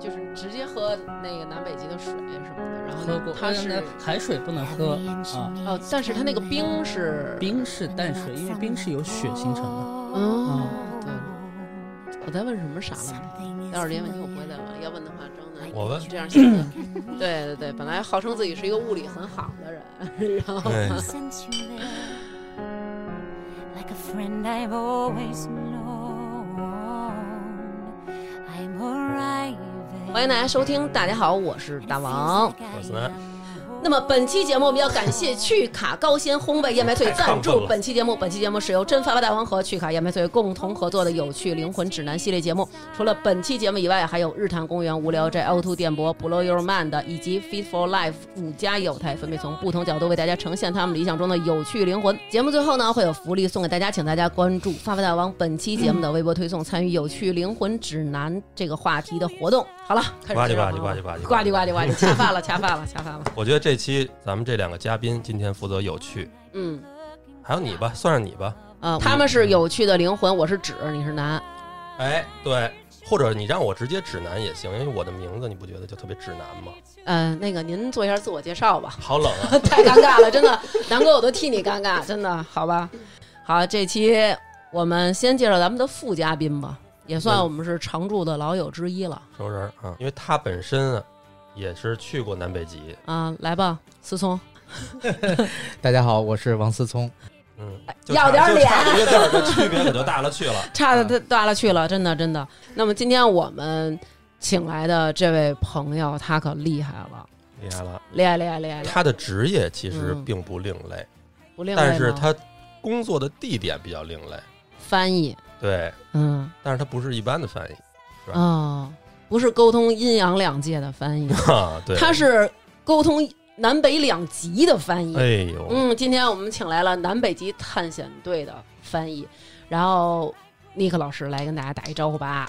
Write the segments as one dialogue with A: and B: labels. A: 就是直接喝那个南北极的水什么的，然后
B: 喝过，
A: 它嗯是
B: 海水不能喝啊，
A: 哦，但是它那个冰是
B: 冰是淡水，因为冰是由雪形成的。
A: 哦，对了，我在问什么傻问题？待会儿这些问题我不会再问了，要问的话，张楠
C: 我问
A: 这样显 得 对对对，本来号称自己是一个物理很好的人，然 后
C: 对，
D: sent you there like a friend I've always known. I'm arriving.
A: 欢迎大家收听，大家好，我是大王。
C: 我是南，
A: 那么本期节目我们要感谢趣卡高纤烘焙燕麦脆赞
C: 太亢奋
A: 助
C: 了
A: 本期节目。本期节目是由真发发大王和趣卡燕麦脆共同合作的有趣灵魂指南系列节目。除了本期节目以外，还有日坛公园、无聊斋、凹凸电波、Blow Your Mind 以及 Fit for Life 五家有台，分别从不同角度为大家呈现他们理想中的有趣灵魂。节目最后呢，会有福利送给大家，请大家关注发发大王本期节目的微博推送，参与有趣灵魂指南这个话题的活动。好了，开始
C: 呱唧
A: 介绍
C: 呱唧
A: 啊
C: 呱唧呱唧
A: 呱唧呱唧呱唧，恰饭了，恰饭了，恰饭了。
C: 我觉得这期咱们这两个嘉宾今天负责有趣，
A: 嗯。
C: 还有你吧，算上你吧。
A: 啊，他们是有趣的灵魂，我是指你是男，
C: 哎，对，或者你让我直接指南也行，因为我的名字你不觉得就特别指南吗？
A: 呃，那个您做一下自我介绍吧，
C: 好冷 啊！
A: 太尴尬了，真的，南哥我都替你尴尬，真的，好吧，好，这期我们先介绍咱们的副嘉宾吧，也算
C: 嗯
A: 我们是常驻的老友之一了
C: 熟人啊，因为他本身啊也是去过南北极，
A: 啊，来吧，思聪，
E: 大家好，我是王思聪。
C: 嗯，就差
A: 要点
C: 就
A: 脸，
C: 差一个字儿，这区别可就大了去了。
A: 差的太大了去了，真的真的。那么今天我们请来的这位朋友，他可厉害了，
C: 厉害了，
A: 厉害厉害厉害，厉害
C: 他的职业其实
A: 嗯
C: 并不另类，
A: 不另类
C: 但是
A: 吗
C: 他工作的地点比较另类，
A: 翻译，
C: 对，
A: 嗯
C: 但是他不是一般的翻译
A: 啊、哦不是沟通阴阳两界的翻译。
C: 啊，对，
A: 他是沟通南北两极的翻译。
C: 哎呦，
A: 嗯，今天我们请来了南北极探险队的翻译，然后尼克老师来跟大家打一招呼吧。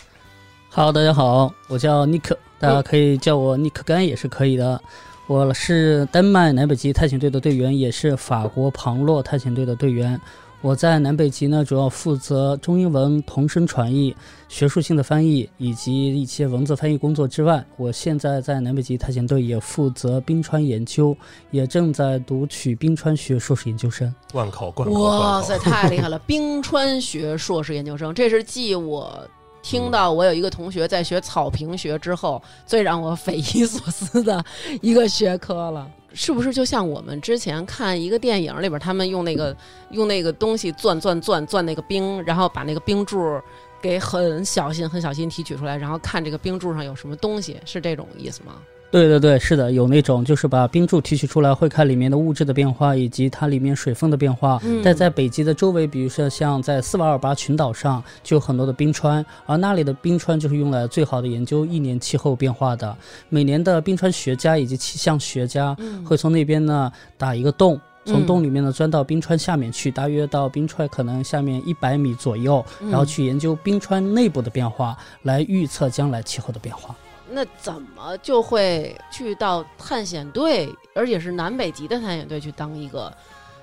B: Hello，大家好，我叫 Nick，大家可以叫我 Nick 干也是可以的。我是丹麦南北极探险队的队员，也是法国旁洛探险队的队员。我在南北极呢，主要负责中英文同声传译、学术性的翻译以及一些文字翻译工作之外，我现在在南北极探险队也负责冰川研究，也正在读取冰川学硕士研究生。
C: 灌口灌口，
A: 哇
C: 灌
A: 塞，
C: 口，
A: 太厉害了！冰川学硕士研究生，这是继我。听到我有一个同学在学草坪学之后，最让我匪夷所思的一个学科了，是不是就像我们之前看一个电影里边，他们用那个用那个东西钻钻钻钻那个冰，然后把那个冰柱给很小心很小心提取出来，然后看这个冰柱上有什么东西，是这种意思吗？
B: 对对对，是的，有那种就是把冰柱提取出来，会看里面的物质的变化以及它里面水分的变化。
A: 嗯
B: 但在北极的周围，比如说像在斯瓦尔巴群岛上，就有很多的冰川，而那里的冰川就是用来最好的研究一年气候变化的。每年的冰川学家以及气象学家
A: 嗯
B: 会从那边呢打一个洞。从
A: 嗯
B: 洞里面呢钻到冰川下面去，大约到冰川可能下面一百米左右，然后
A: 嗯
B: 去研究冰川内部的变化，来预测将来气候的变化。
A: 那怎么就会去到探险队，而且是南北极的探险队去当一个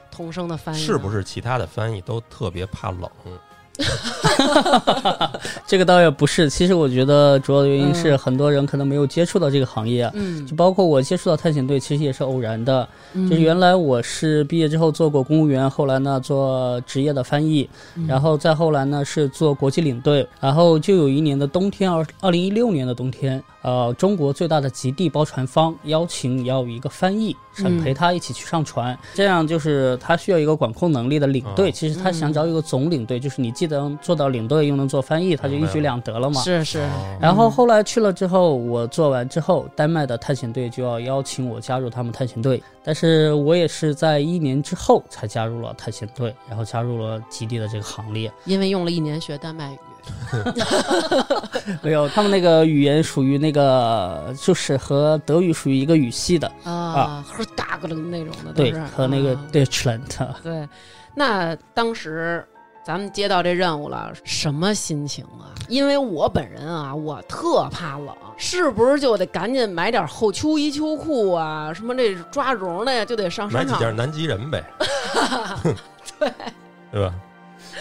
A: 童声的翻译？
C: 是不？是其他的翻译都特别怕冷？
B: 这个倒也不是，其实我觉得主要的原因是很多人可能没有接触到这个行业，
A: 嗯
B: 就，包括我接触到探险队，其实也是偶然的。
A: 嗯
B: 就是原来我是毕业之后做过公务员，后来呢做职业的翻译，
A: 嗯
B: 然后再后来呢是做国际领队，然后就有一年的冬天，二二零一六年的冬天，呃，中国最大的极地包船方邀请要有一个翻译，想
A: 嗯
B: 陪他一起去上船，这样就是他需要一个管控能力的领队，
C: 哦
B: 其实他
A: 嗯
B: 想找一个总领队，就是你既能做到领队又能做翻译，他就一举两得了嘛。
A: 是是，
C: 哦
B: 然后后来去了之后，我做完之后，丹麦的探险队就要邀请我加入他们探险队，但是我也是在一年之后才加入了探险队，然后加入了极地的这个 行列。
A: 因为用了一年学丹麦语。
B: 没有，他们那个语言属于那个，就是和德语属于一个语系的，
A: 啊，喝大个楞那种的，
B: 对
A: 都是，
B: 和那个
A: 啊
B: Deutschland。
A: 对。那当时咱们接到这任务了，什么心情啊？因为我本人啊，我特怕冷，是不是就得赶紧买点厚秋衣、秋裤啊，什么这抓绒的呀，就得上
C: 买
A: 商
C: 几
A: 场
C: 件南极人呗，对吧？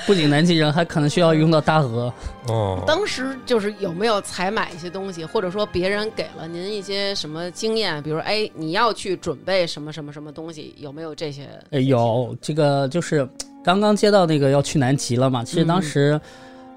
B: 不仅南极人，还可能需要用到大鹅。
C: 哦，
A: 当时就是有没有采买一些东西，或者说别人给了您一些什么经验，比如哎，你要去准备什么什么什么东西，有没有这些？
B: 呃，有这个就是刚刚接到那个要去南极了嘛，其实当时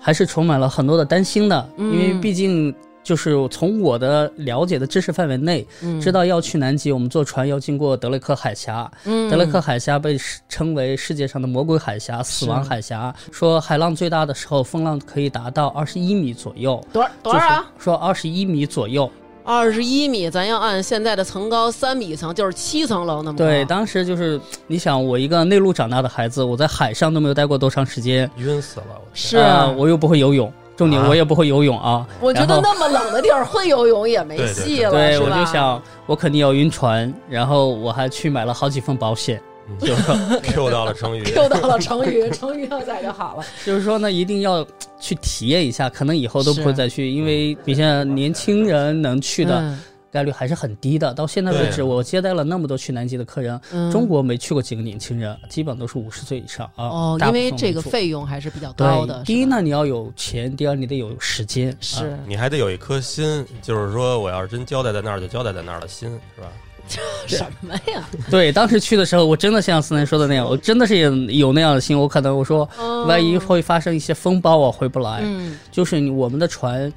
B: 还是充满了很多的担心的，
A: 嗯
B: 因为毕竟就是从我的了解的知识范围内，知道要去南极，我们坐船要经过德雷克海峡，
A: 嗯，
B: 德雷克海峡被世称为世界上的魔鬼海峡、死亡海峡，说海浪最大的时候风浪可以达到二十一米左右。
A: 多少多少啊？
B: 就是说二十一米左右，
A: 二十一米，咱要按现在的层高三米一层，就是七层楼那么高。
B: 对，当时就是你想，我一个内陆长大的孩子，我在海上都没有待过多长时间，
C: 晕死了，我天
A: 是
B: 啊、我又不会游泳，重点
C: 啊
B: 我也不会游泳啊。
A: 我觉得
B: 然后
A: 那么冷的地儿会游泳也没戏了，
B: 对，
A: 是
B: 我
A: 吧？
B: 就想我肯定要晕船，然后我还去买了好几份保险，就是说
C: ，Q 到了成语，
A: Q 到了成语， 成语要在就好了。
B: 就是说呢，一定要去体验一下，可能以后都不会
A: 是
B: 再去，因为你现在年轻人能 去的
A: 嗯
B: 概率还是很低的。到现在为
C: 对
B: 止，我接待了那么多去南极的客人，
A: 嗯
B: 中国没去过几个年轻人，啊基本都是五十岁以上啊。
A: 哦，
B: 大
A: 因
B: 部分
A: 为
B: 我
A: 这
B: 们
A: 个
B: 做
A: 费用还是比较高的
B: 对，。第一
A: 是吧
B: 呢，你要有钱；第二，你得有时间。啊
A: 是
C: 你还得有一颗心，就是说我要是真交代在那儿，就交代在那儿的心，是吧？
A: 什么呀？
B: 对，当时去的时候，我真的像思南说的那样，我真的是有有那样的心。我可能我说，万一会发生一些风暴，我回不来。
A: 哦嗯
B: 就是你我们的船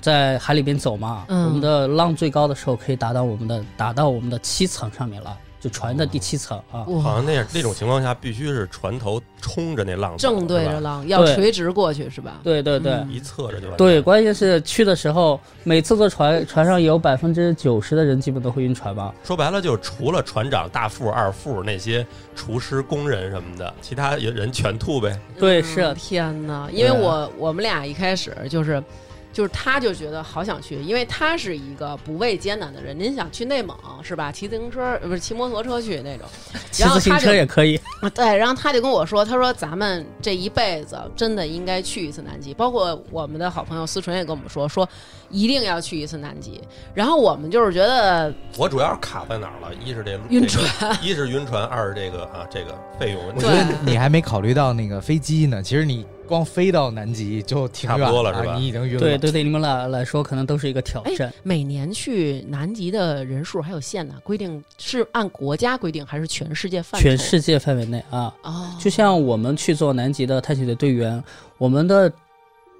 B: 在海里边走嘛，
A: 嗯
B: 我们的浪最高的时候可以达到我们的达到我们的七层上面了，就船的第七层啊。
C: 好
A: 哇，
C: 像那样那种情况下，必须是船头冲着那浪走
A: 正对
C: 是吧
A: 着浪，要
B: 对
A: 垂直过去是吧？
B: 对对对。
A: 嗯
C: 一侧着就完。
B: 对，，关键是去的时候，每次坐船，船上有百分之九十的人基本都会晕船吧？
C: 说白了就是除了船长、大副、二副那些厨师、工人什么的，其他人全吐呗。
B: 对，
A: 嗯
B: 是，啊
A: 天哪！因为
B: 对啊
A: 我我们俩一开始就是。就是他，就觉得好想去，因为他是一个不畏艰难的人。您想去内蒙是吧？骑自行车呃不是骑摩托车去那种，
B: 骑
A: 然后
B: 自行
A: 他就
B: 车也可以。
A: 啊，对，然后他就跟我说，他说咱们这一辈子真的应该去一次南极，包括我们的好朋友思纯也跟我们说，说一定要去一次南极。然后我们就是觉得
C: 我主要是卡在哪儿了？
B: 嗯
C: 一是这
A: 晕船，
C: 这一是晕船，二是这个啊这个费用问
E: 我
C: 题
E: 觉得
A: 对
E: 你还没考虑到那个飞机呢。其实你光飞到南极就挺远
C: 差不多了是吧
E: 啊你已经晕了。
B: 对，对对，你们俩来说可能都是一个挑
A: 哎
B: 战。
A: 每年去南极的人数还有限呢，规定是按国家规定还是全世界范畴？
B: 全世界范围内啊，
A: 哦，
B: 就像我们去做南极的探险队队员，我们的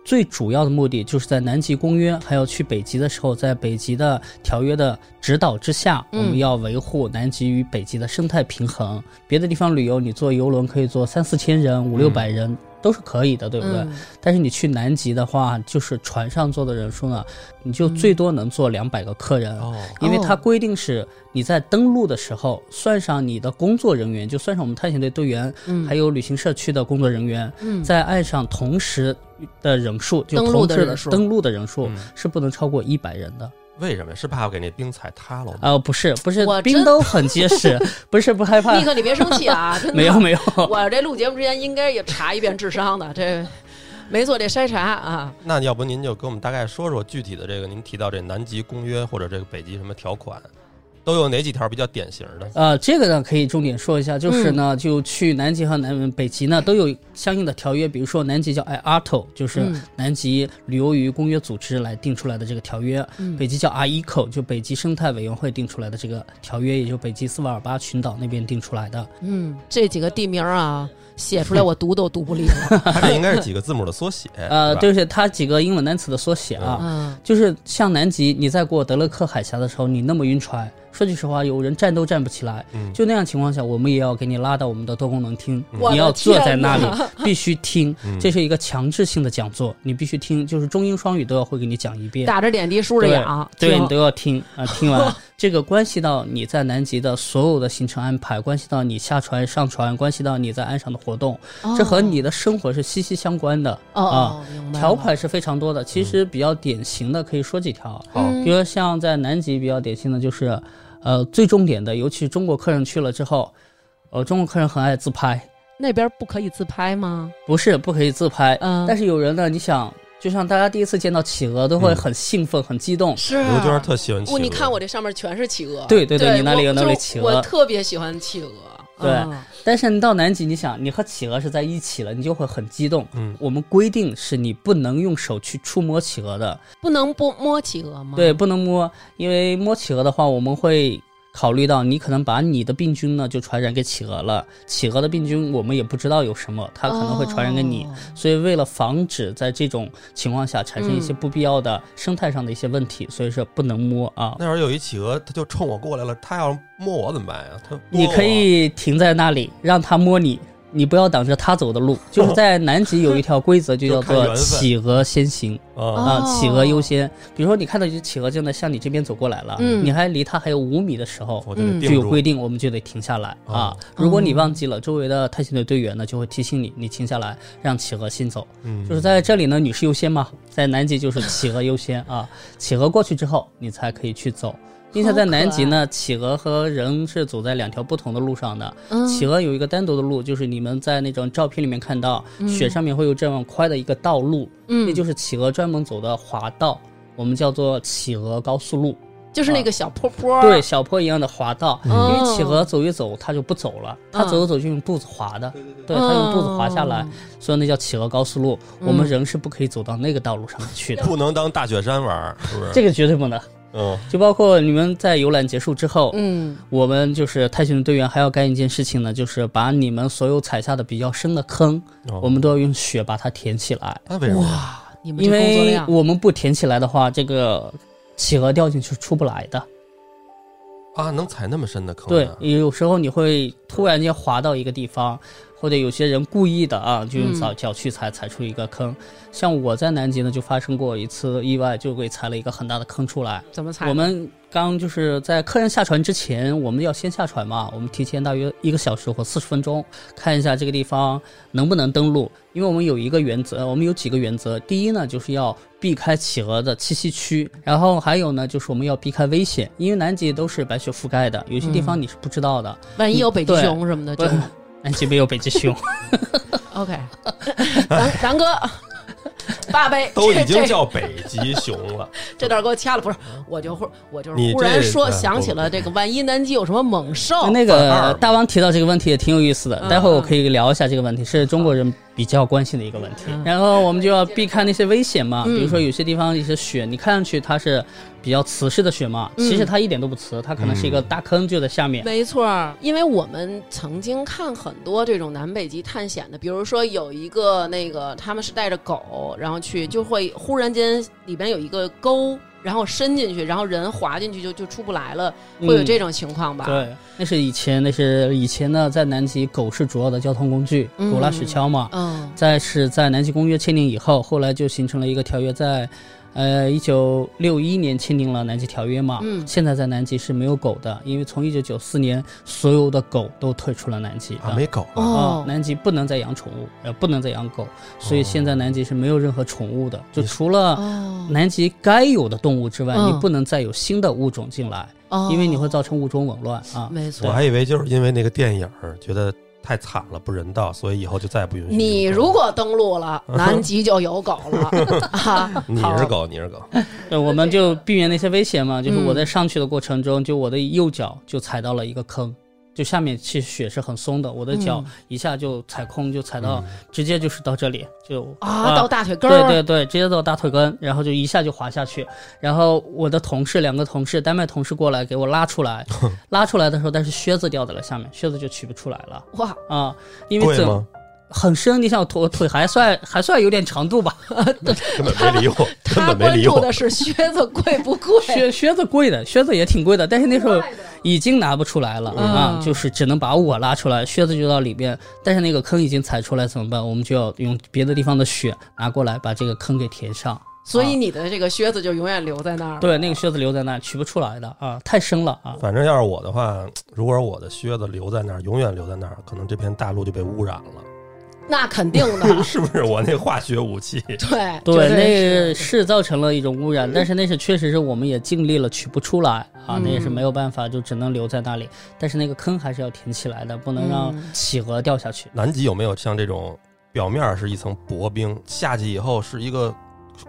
B: 最主要的目的就是在南极公约，还有去北极的时候，在北极的条约的指导之下，我
A: 嗯
B: 们要维护南极与北极的生态平衡。别的地方旅游，你坐游轮可以坐三四千人、五六百人。都是可以的，对不对？
A: 嗯
B: 但是你去南极的话，就是船上坐的人数呢，你就最多能坐两百个客人。
C: 哦，
B: 因为它
A: 嗯哦
B: 规定是你在登陆的时候，算上你的工作人员，就算上我们探险队队员，
A: 嗯
B: 还有旅行社区的工作人员，
A: 嗯
B: 在岸上同时的人数，就
A: 登陆的
B: 同时
A: 人数
B: 登陆的人数
C: 嗯
B: 是不能超过一百人的。
C: 为什么呀？是怕给那冰踩塌了吗？
B: 啊，不是不是
A: 我，真
B: 冰都很 结实，不是不害 怕
A: 立，刻你别生气啊，真的
B: 没有没有，
A: 我这录节目之前应该也查一遍智商的，这没做这筛查啊。
C: 那要不您就给我们大概说说具体的这个，您提到这南极公约或者这个北极什么条款，都有哪几条比较典型的？
B: 呃，这个呢可以重点说一下，就是呢，
A: 嗯
B: 就去南极和南北极呢都有相应的条约，比如说南极叫 IATO，就是
A: 嗯
B: 南极旅游与公约组织来定出来的这个条约，
A: 嗯
B: 北极叫 IECO，就北极生态委员会定出来的这个条约，也就北极斯瓦尔巴群岛那边定出来的。
A: 嗯，这几个地名啊，写出来我读都读 不利了。
C: 它这应该是几个字母的缩写，
B: 呃，
C: 对
B: 就
C: 吧，
B: 是它几个英文单词的缩写啊。
A: 嗯，
B: 就是像南极，你在过德勒克海峡的时候，你那么晕船，说句实话，有人站都站不起来。
C: 嗯
B: 就那样情况下，我们也要给你拉到我们的多功能厅，
A: 我的
B: 你要坐在
A: 天
B: 那
A: 哪
B: 里，必须听，
C: 嗯
B: 这是一个强制性的讲座，你必须听，就是中英双语都要会给你讲一遍。
A: 打着点滴梳着眼啊，
B: 对
A: 听
B: 你都要听 啊、听完这个关系到你在南极的所有的行程安排，关系到你下船上船，关系到你在岸上的活动，这和你的生活是息息相关的。
A: 哦
B: 啊
A: 哦，明白了
B: 条款是非常多的，其实比较典型的可以说几条，
C: 好
A: 嗯
B: 比如说像在南极比较典型的就是，呃，最重点的，尤其中国客人去了之后，呃，中国客人很爱自拍，
A: 那边不可以自拍吗？
B: 不是不可以自拍，
A: 嗯
B: 但是有人呢，你想，就像大家第一次见到企鹅都会
C: 嗯
B: 很兴奋、很激动，
A: 是
C: 刘娟儿
A: 哦
C: 特喜欢企鹅，
A: 我你看我这上面全是企鹅，
B: 对对对
A: 对，
B: 你那里有
A: 我
B: 那里
A: 就
B: 企鹅
A: 我特别喜欢企鹅，
B: 对
A: 嗯
B: 但是你到南极，你想你和企鹅是在一起了，你就会很激动。
C: 嗯，
B: 我们规定是你不能用手去触摸企鹅的，
A: 不能摸摸企鹅吗？
B: 对，，不能摸，因为摸企鹅的话，我们会考虑到你可能把你的病菌呢就传染给企鹅了，企鹅的病菌我们也不知道有什么，它可能会传染给你。
A: 哦
B: 所以，为了防止在这种情况下产生一些
A: 嗯
B: 不必要的生态上的一些问题，所以说不能摸啊。
C: 那会儿有一企鹅，它就冲我过来了，它要摸我怎么办呀？它摸
B: 你可
C: 我
B: 以停在那里，让它摸你，你不要挡着它走的路。就是在南极有一条规则， 就叫
C: 就看
B: 做
C: 缘分
B: 企鹅先行
C: 啊，
B: 啊，
A: 哦
B: 企鹅优先。比如说，你看到一只企鹅正在向你这边走过来了，
A: 嗯
B: 你还离它还有五米的时候，
C: 我就得
A: 嗯
B: 就
C: 定
B: 有
C: 住
B: 规定，我们就得停下来啊
C: 哦。
B: 如果你
A: 哦
B: 忘记了，周围的探险队队员呢就会提醒你，你停下来，让企鹅先走。
C: 嗯
B: 就是在这里呢，女士优先嘛，在南极就是企鹅优先啊，企鹅过去之后你才可以去走。并且在南极呢，企鹅和人是走在两条不同的路上的。
A: 嗯
B: 企鹅有一个单独的路，就是你们在那种照片里面看到，
A: 嗯
B: 雪上面会有这样宽的一个道路，
A: 嗯，
B: 那就是企鹅专门走的滑道，我们叫做企鹅高速路。
A: 就是那个小坡坡，
B: 嗯对，，小坡一样的滑道，
C: 嗯
B: 因为企鹅走一走它就不走了，它
A: 嗯
B: 走一走就用肚子滑的，对，它用肚子滑下来，所以那叫企鹅高速路。我
A: 嗯
B: 们人是不可以走到那个道路上去的，
C: 不能当大雪山玩儿，是不是？
B: 这个绝对不能。
C: 嗯，
B: 就包括你们在游览结束之后，
A: 嗯，
B: 我们就是探险队员还要干一件事情呢，就是把你们所有踩下的比较深的坑，
C: 哦
B: 我们都要用雪把它填起来，
C: 那为什么呀？
A: 哇，你们这
B: 因
A: 工作
B: 为
A: 量，
B: 我们不填起来的话，这个企鹅掉进去是出不来的。
C: 啊，能踩那么深的坑
B: 对
C: 啊？，
B: 有时候你会突然间滑到一个地方，或者有些人故意的啊，就用脚脚去踩，踩出一个坑。像我在南极呢，就发生过一次意外，就给踩了一个很大的坑出来。
A: 怎么踩？
B: 我们刚就是在客人下船之前，我们要先下船嘛，我们提前大约一个小时或四十分钟，看一下这个地方能不能登陆。因为我们有一个原则，我们有几个原则。第一呢，就是要避开企鹅的栖息区，然后还有呢，就是我们要避开危险，因为南极都是白雪覆盖的，有些地方你是不知道的。
A: 万一有北极
B: 对
A: 熊什么的，就
B: 不南极没有北极熊，
A: OK。南南 哥，爸呗，
C: 都
A: 这
C: 已经
A: 这
C: 叫北极熊了，
A: 这段给我掐了，不是，我就忽我就是
C: 你
A: 忽然
C: 这
A: 说
C: 嗯
A: 想起了这个，万一南极有什么猛兽，
B: 那
C: 反二
B: 个
C: 嘛
B: 大王提到这个问题也挺有意思的，
A: 哦嗯
B: 待会儿我可以聊一下这个问题，是中国人比较关心的一个问题
A: 嗯。
B: 然后我们就要避开那些危险嘛，
A: 嗯
B: 比如说有些地方一些雪，你看上去它是比较瓷实的雪嘛，
A: 嗯
B: 其实它一点都不瓷，它可能是一个大坑就在下面。
A: 没错儿，因为我们曾经看很多这种南北极探险的，比如说有一个那个他们是带着狗，然后去就会忽然间里边有一个沟，然后伸进去，然后人滑进去就就出不来了，会有这种情况吧？
B: 嗯对，那是以前，那是以前呢，在南极狗是主要的交通工具，
A: 嗯
B: 狗拉雪橇嘛。
A: 嗯
B: 再是在南极公约签订以后，后来就形成了一个条约，在，呃，一九六一年签订了南极条约嘛。
A: 嗯
B: 现在在南极是没有狗的，因为从一九九四年，所有的狗都退出了南极
C: 啊，
B: 的
C: 没狗
B: 啊
C: 了。
A: 哦，
B: 南极不能再养宠物，呃，不能再养狗，所以
C: 哦
B: 现在南极是没有任何宠物的，就
C: 你
B: 除了
A: 哦
B: 南极该有的动物之外，
A: 嗯
B: 你不能再有新的物种进来，
A: 哦，
B: 因为你会造成物种紊乱啊。
A: 没
C: 我
A: 错。
C: 还以为就是因为那个电影儿觉得太惨了，不人道，所以以后就再也不允许
A: 你
C: 用狗
A: 如果登陆 了，南极就有狗了啊！
C: 你
A: 好
C: 是狗，你是狗，
B: 对，呃我们就避免那些危险嘛。就是
A: 嗯
B: 我在上去的过程中，就我的右脚就踩到了一个坑，就下面其实雪是很松的，我的脚
A: 嗯
B: 一下就踩空，就踩
C: 嗯
B: 到、直接就是到这里，就
A: 啊，到大腿根
B: 对
A: 儿，
B: 对对，直接到大腿根，然后就一下就滑下去。然后我的同事，两个同事，丹麦同事过来给我拉出来，拉出来的时候，但是靴子掉在了下面，靴子就取不出来了
A: 哇，
B: 啊，因为
C: 贵
B: 怎
C: 吗？
B: 很深，你想我腿我腿还算还算有点长度吧，
C: 根本没理我，根
A: 他
C: 本没
A: 关
C: 理
A: 注
C: 我。
A: 的是靴子贵不贵？
B: 靴靴子贵的，靴子也挺贵的，但是那时候已经拿不出来了、啊
A: 嗯，
B: 就是只能把我拉出来，靴子就到里边，但是那个坑已经踩出来，怎么办？我们就要用别的地方的雪拿过来，把这个坑给填上。
A: 所以你的这个靴子就永远留在那儿。，
B: 对，那个靴子留在那儿取不出来的啊，太深了啊。
C: 反正要是我的话，如果是我的靴子留在那儿，永远留在那儿，可能这片大陆就被污染了，
A: 那肯定 的，
C: 是不是？我那化学武器，
A: 对
B: 对，
A: 绝
B: 那
A: 对是
B: 是造成了一种污染，但是那是确实是我们也尽力了，取不出来啊，那也是
A: 嗯
B: 没有办法，就只能留在那里。但是那个坑还是要填起来的，不能让
A: 嗯
B: 企鹅掉下去。
C: 南极有没有像这种表面是一层薄冰，下去以后是一个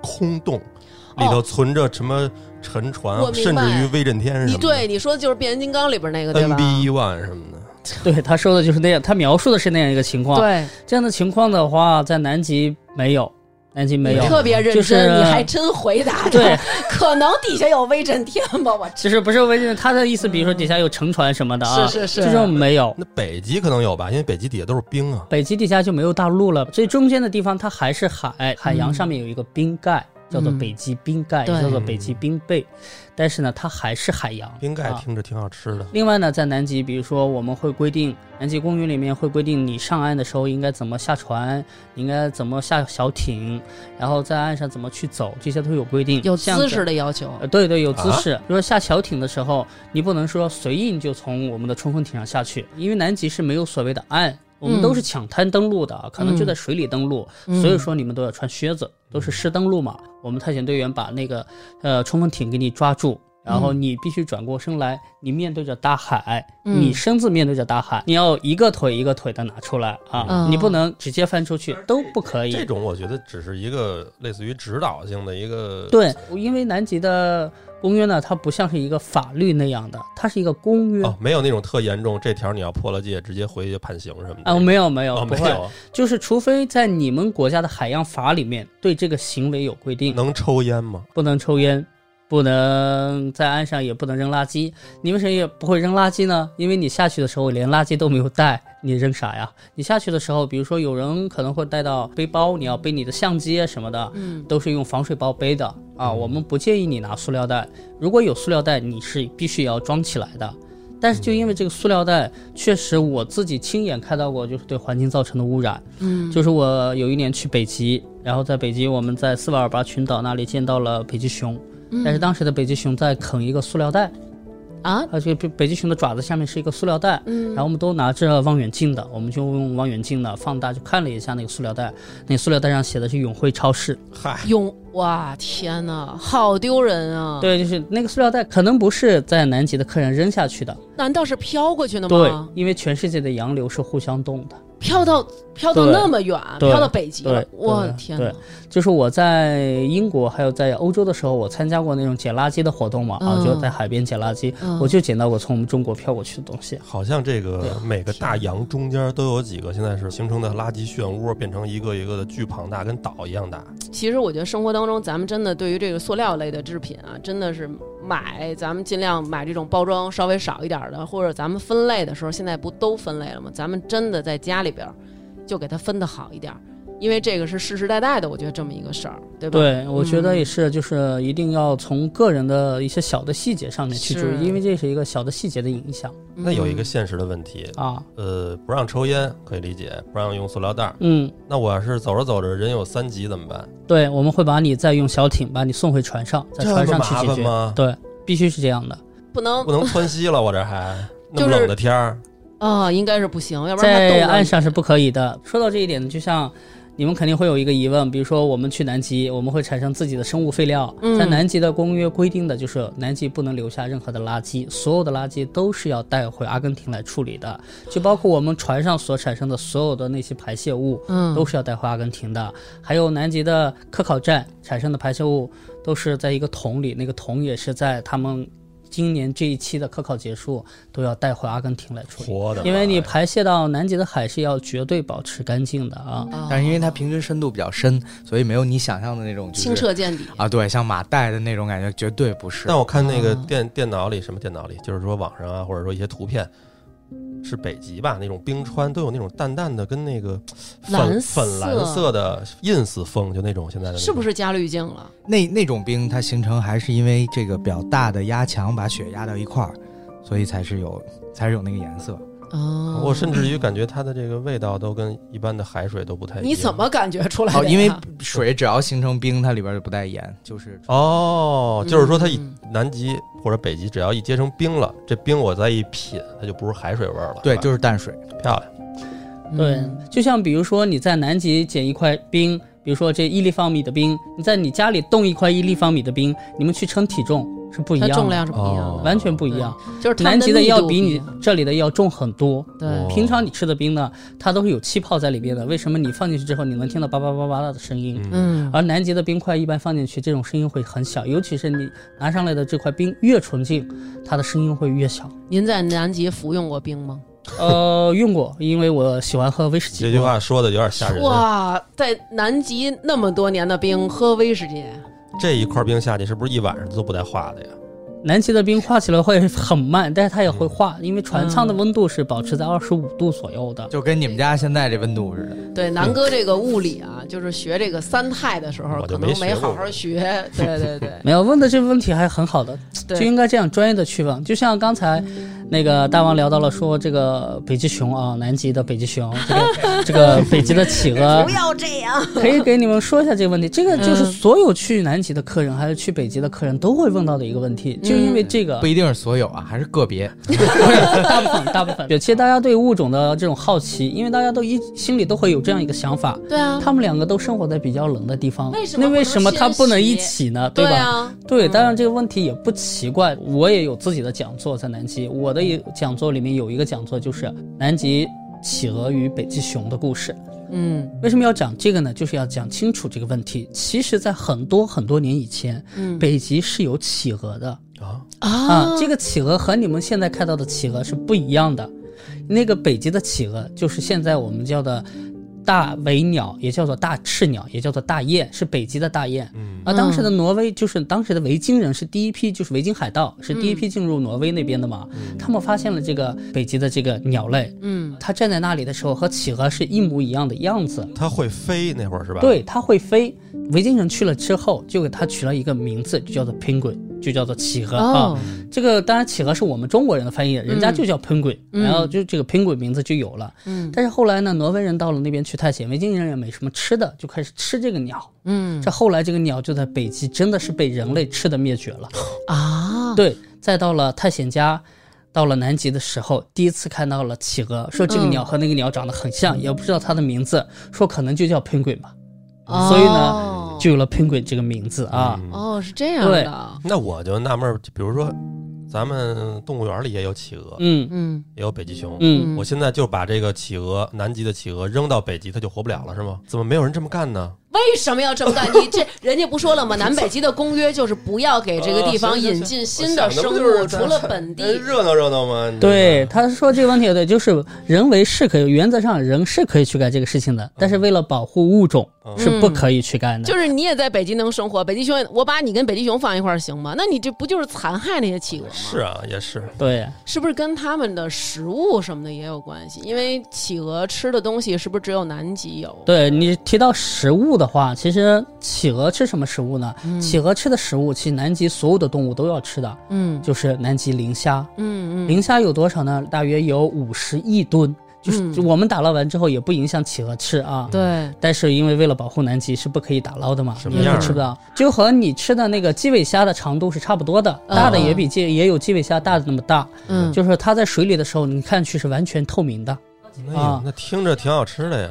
C: 空洞，里头存着什么沉船，啊
A: 我明
C: 甚
A: 白
C: 至于威震天什
A: 你
C: 么的
A: 对你说的就是变形金刚里边那个对吧？
C: ，NB 一万什么的，
B: 对他说的就是那样，他描述的是那样一个情况。
A: 对，
B: 这样的情况的话，在南极没有，南极没
A: 你
B: 有。
A: 特别认
B: 就
A: 真，
B: 是
A: 你还真回答 的。
B: 对，
A: 可能底下有威震天吧，我
B: 其实不是为他的意思，比如说底下有沉船什么的啊，
A: 是是是
B: 这种没有。
C: 那北极可能有吧，因为北极底下都是冰啊。
B: 北极底下就没有大陆了，所以中间的地方它还是海，海洋上面有一个冰盖，叫做北极冰盖，
A: 嗯
B: 也叫做北极冰被，但是呢，它还是海洋。
C: 冰盖
B: 啊
C: 听着挺好吃的，
B: 另外呢，在南极，比如说我们会规定，南极公园里面会规定你上岸的时候应该怎么下船，应该怎么下小艇，然后在岸上怎么去走，这些都有规定。
A: 有
B: 这样子
A: 姿势的要求，
B: 呃，对对，有姿
C: 啊
B: 势。比如说下小艇的时候，你不能说随意你就从我们的冲锋艇上下去，因为南极是没有所谓的岸，我们都是抢滩登陆的，可能就在水里登陆，
A: 嗯
B: 所以说你们都要穿靴子，都是湿登陆嘛。我们探险队员把那个呃冲锋艇给你抓住。然后你必须转过身来，你面对着大海，
A: 嗯
B: 你身子面对着大海，你要一个腿一个腿的拿出来啊，
A: 嗯
B: 你不能直接翻出去，都不可以。
C: 这种我觉得只是一个类似于指导性的一个，
B: 对，因为南极的公约呢，它不像是一个法律那样的，它是一个公约。
C: 哦，没有那种特严重，这条你要破了戒，直接回去判刑什么的。
B: 啊，没有没有，
C: 哦，
B: 不
C: 没
B: 会，
C: 有，
B: 就是除非在你们国家的海洋法里面对这个行为有规定，
C: 能抽烟吗？
B: 不能抽烟，不能在岸上，也不能扔垃圾。你为什么也不会扔垃圾呢？因为你下去的时候连垃圾都没有带，你扔啥呀？你下去的时候，比如说有人可能会带到背包，你要背你的相机啊什么的，
A: 嗯，
B: 都是用防水包背的啊。我们不建议你拿塑料袋，如果有塑料袋，你是必须要装起来的。但是就因为这个塑料袋，确实我自己亲眼看到过，就是对环境造成的污染。
A: 嗯，
B: 就是我有一年去北极，然后在北极我们在斯瓦尔巴群岛那里见到了北极熊，
A: 嗯
B: 但是当时的北极熊在啃一个塑料袋，
A: 啊，
B: 而且北北极熊的爪子下面是一个塑料袋，
A: 嗯
B: 然后我们都拿着望远镜的，我们就用望远镜的放大就看了一下那个塑料袋，那塑料袋上写的是永辉超市，
C: 嗨，
A: 用哇天哪，好丢人啊！，
B: 对，就是那个塑料袋可能不是在南极的客人扔下去的，
A: 难道是飘过去的
B: 对
A: 吗？，
B: 因为全世界的洋流是互相动的。
A: 飘到飘到
B: 对
A: 那么远，
B: 对
A: 飘到北极了
B: 对，
A: 我
B: 对
A: 天哪
B: 对！就是我在英国还有在欧洲的时候，我参加过那种捡垃圾的活动嘛，啊，
A: 嗯
B: 就在海边捡垃圾，
A: 嗯
B: 我就捡到过从我们中国飘过去的东西。啊
C: 好像这
A: 啊
C: 个每个大洋中间都有几个现在是形成的垃圾漩涡，变成一个一个的巨庞大，跟岛一样大。
A: 其实我觉得生活当中，咱们真的对于这个塑料类的制品啊，真的是买，咱们尽量买这种包装稍微少一点儿的，或者咱们分类的时候，现在不都分类了吗？咱们真的在家里边儿就给它分的好一点儿，因为这个是世世代代的，我觉得这么一个事儿，对吧？
B: 对，我觉得
A: 嗯
B: 也是，就是一定要从个人的一些小的细节上面去注
A: 是
B: 意，因为这是一个小的细节的影响
C: 那有一个现实的问题，
B: 啊。
C: 呃，不让抽烟可以理解，不让用塑料袋儿。
B: 嗯，
C: 那我要是走着走着人有三级怎么办？
B: 对，我们会把你再用小艇把你送回船上，在
C: 这
B: 船
C: 么
B: 上去
C: 麻
B: 解
C: 烦
B: 决。
C: 吗？
B: 对，必须是这样的。
A: 不能
C: 不能窜稀了，我这还那么
A: 就是
C: 冷的天儿，
A: 啊、应该是不行，要不然它冻
B: 在
A: 着
B: 岸
A: 你
B: 上是不可以的。说到这一点呢，就像你们肯定会有一个疑问，比如说我们去南极，我们会产生自己的生物废料。
A: 嗯
B: 在南极的公约规定的就是，南极不能留下任何的垃圾，所有的垃圾都是要带回阿根廷来处理的，就包括我们船上所产生的所有的那些排泄物。
A: 嗯
B: 都是要带回阿根廷的，还有南极的科考站产生的排泄物都是在一个桶里，那个桶也是在他们今年这一期的科考结束都要带回阿根廷来处理。
C: 活的。哎
B: 因为你排泄到南极的海是要绝对保持干净的啊。
A: 哦
E: 但是因为它平均深度比较深，所以没有你想象的那种、就是、
A: 清澈见底。
E: 啊，对，像马代的那种感觉绝对不是
C: 但。我看那个
A: 啊
C: 电电脑里什么电脑里，就是说网上啊，或者说一些图片，是北极吧？那种冰川都有那种淡淡的跟那个粉
A: 蓝
C: 粉蓝
A: 色
C: 色的 ins 风，就那种现在的那种
A: 是不？是加滤镜了？
E: 那那种冰它形成还是因为这个比较大的压强把雪压到一块儿，所以才是有才是有那个颜色。
A: 哦，
C: 我甚至于感觉它的这个味道都跟一般的海水都不太一样。
A: 你怎么感觉出来的
E: 哦，
A: 呀？
E: 因为
B: 啊
E: 水只要形成冰，它里边就不带盐，就是
C: 哦，就是说它一
A: 嗯
C: 南极或者北极，只要一结成冰了，这冰我再一品，它就不是海水味儿了。
E: 对，
C: 吧
E: 就是淡水。
C: 漂亮。
B: 对
A: 嗯，
B: 就像比如说你在南极捡一块冰，比如说这一立方米的冰，你在你家里冻一块一立方米的冰，你们去称体重是不一
A: 它
B: 样的，
A: 重量是不一样
C: 哦
A: 的，
B: 完全不一样。
A: 就是它们
B: 南极的
A: 密
B: 要
A: 度
B: 比
A: 不一
B: 你
A: 样
B: 这里的要重很多。
A: 对
C: 哦
B: 平常你吃的冰呢，它都是有气泡在里边的，为什么你放进去之后，你能听到叭叭叭叭的声音？
C: 嗯
A: 嗯
B: 而南极的冰块一般放进去，这种声音会很小，尤其是你拿上来的这块冰越纯净，它的声音会越小。
A: 您在南极服用过冰吗？
B: 呃，用过，因为我喜欢喝威士忌。
C: 这句话说的有点吓人。
A: 哇，在南极那么多年的冰，喝威士忌，
C: 这一块冰下去是不是一晚上都不带化的呀？
B: 南极的冰化起来会很慢，但是它也会化，因为船舱的温度是保持在二十五度左右的。
E: 就跟你们家现在这温度似的。
A: 对南哥这个物理啊，就是学这个三态的时候，
C: 嗯我
A: 可
C: 就
A: 能
C: 没
A: 没
C: 学过
A: 好好学。对对 对
B: 没有问的这个问题还很好的，就
A: 对，
B: 应该这样专业的区分。就像刚才那个大王聊到了说这个北极熊啊，南极的北极熊，这个这个北极的企鹅
D: 不，要这样。
B: 可以给你们说一下这个问题。这个就是
A: 嗯
B: 所有去南极的客人还是去北极的客人都会问到的一个问题，就因为这个
E: 不一定是所有啊，还是个别。
B: 大部分大部分，有些大家对物种的这种好奇，因为大家都一心里都会有这样一个想法，
A: 对啊，
B: 他们两个都生活在比较冷的地方，
A: 为什么
B: 那
A: 不
B: 为
A: 能
B: 什么
A: 先
B: 他不能
A: 洗
B: 一起呢？
A: 对
B: 吧？
A: 啊，
B: 对，当然这个问题也不奇怪。我也有自己的讲座在南极，我的也讲座里面有一个讲座就是南极企鹅与北极熊的故事。
A: 嗯
B: 为什么要讲这个呢？就是要讲清楚这个问题。其实，在很多很多年以前，
A: 嗯
B: 北极是有企鹅的
C: 啊，
B: 啊
A: 啊，，
B: 这个企鹅和你们现在看到的企鹅是不一样的。那个北极的企鹅就是现在我们叫的大尾鸟，也叫做大赤鸟，也叫做大雁，是北极的大雁。
C: 嗯，
B: 啊，当时的挪威就是当时的维京人是第一批，就是维京海盗是第一批进入挪威那边的嘛。他们发现了这个北极的这个鸟类，
A: 嗯
B: 它站在那里的时候和企鹅是一模一样的样子。
C: 它会飞那会儿是吧？
B: 对，它会飞。维京人去了之后，就给它取了一个名字，就叫做 penguin，就叫做企鹅、啊
A: 哦。，
B: 这个当然企鹅是我们中国人的翻译，人家就叫 penguin，、
A: 嗯
B: 然后就这个 penguin 名字就有了。
A: 嗯
B: 但是后来呢，挪威人到了那边去探险，维京人也没什么吃的，就开始吃这个鸟。
A: 嗯
B: 这后来这个鸟就在北极真的是被人类吃的灭绝了。
A: 啊，
B: 对，再到了探险家。到了南极的时候，第一次看到了企鹅，说这个
A: 嗯
B: 鸟和那个鸟长得很像，也不知道它的名字，说可能就叫 penguin 吧，
A: 哦，
B: 所以呢就有了 penguin 这个名字啊。
C: 嗯
A: 哦是这样的，
C: 那我就纳闷儿，比如说咱们动物园里也有企鹅，
B: 嗯
A: 嗯
C: 也有北极熊。
B: 嗯，
C: 我现在就把这个企鹅，南极的企鹅扔到北极，它就活不了了，是吗？怎么没有人这么干呢？
A: 为什么要这么干？你这人家不说 了吗？南北极的公约就是不要给这个地
B: 啊
A: 方引进新的生物，除了本
C: 哎
B: 呃
A: 地。
C: 热闹热闹吗？你
B: 对，
C: 这个，
B: 他说这个问题对，就是人为是可以，原则上人是可以去干这个事情的，但是为了保护物种
C: 嗯
B: 是不可以去干的。
A: 就是你也在北极能生活，北极熊也，我把你跟北极熊放一块儿行 吗？那你这不就是残害那些企鹅吗？
C: 是啊，也是，
B: 对，
A: 是不是跟他们的食物什么的也有关系？因为企鹅吃的东西是不是只有南极有？
B: 对你提到食物的话，其实企鹅吃什么食物呢？企鹅吃的食物，其实南极所有的动物都要吃的，
A: 嗯
B: 就是南极磷虾。
A: 嗯嗯
B: 磷虾有多少呢？大约有五十亿吨，就是
A: 嗯
B: 就我们打捞完之后也不影响企鹅吃啊。
A: 对，
B: 但是因为为了保护南极是不可以打捞的嘛，
C: 什么啊
B: 你
A: 样
B: 是
A: 儿
B: 吃不到，就和你吃的那个基尾虾的长度是差不多的，
C: 哦
B: 大的也比基也有基尾虾大的那么大，
A: 嗯，
B: 就是它在水里的时候，你看去是完全透明的。
C: 那有
B: 啊
C: 那听着挺好吃的呀。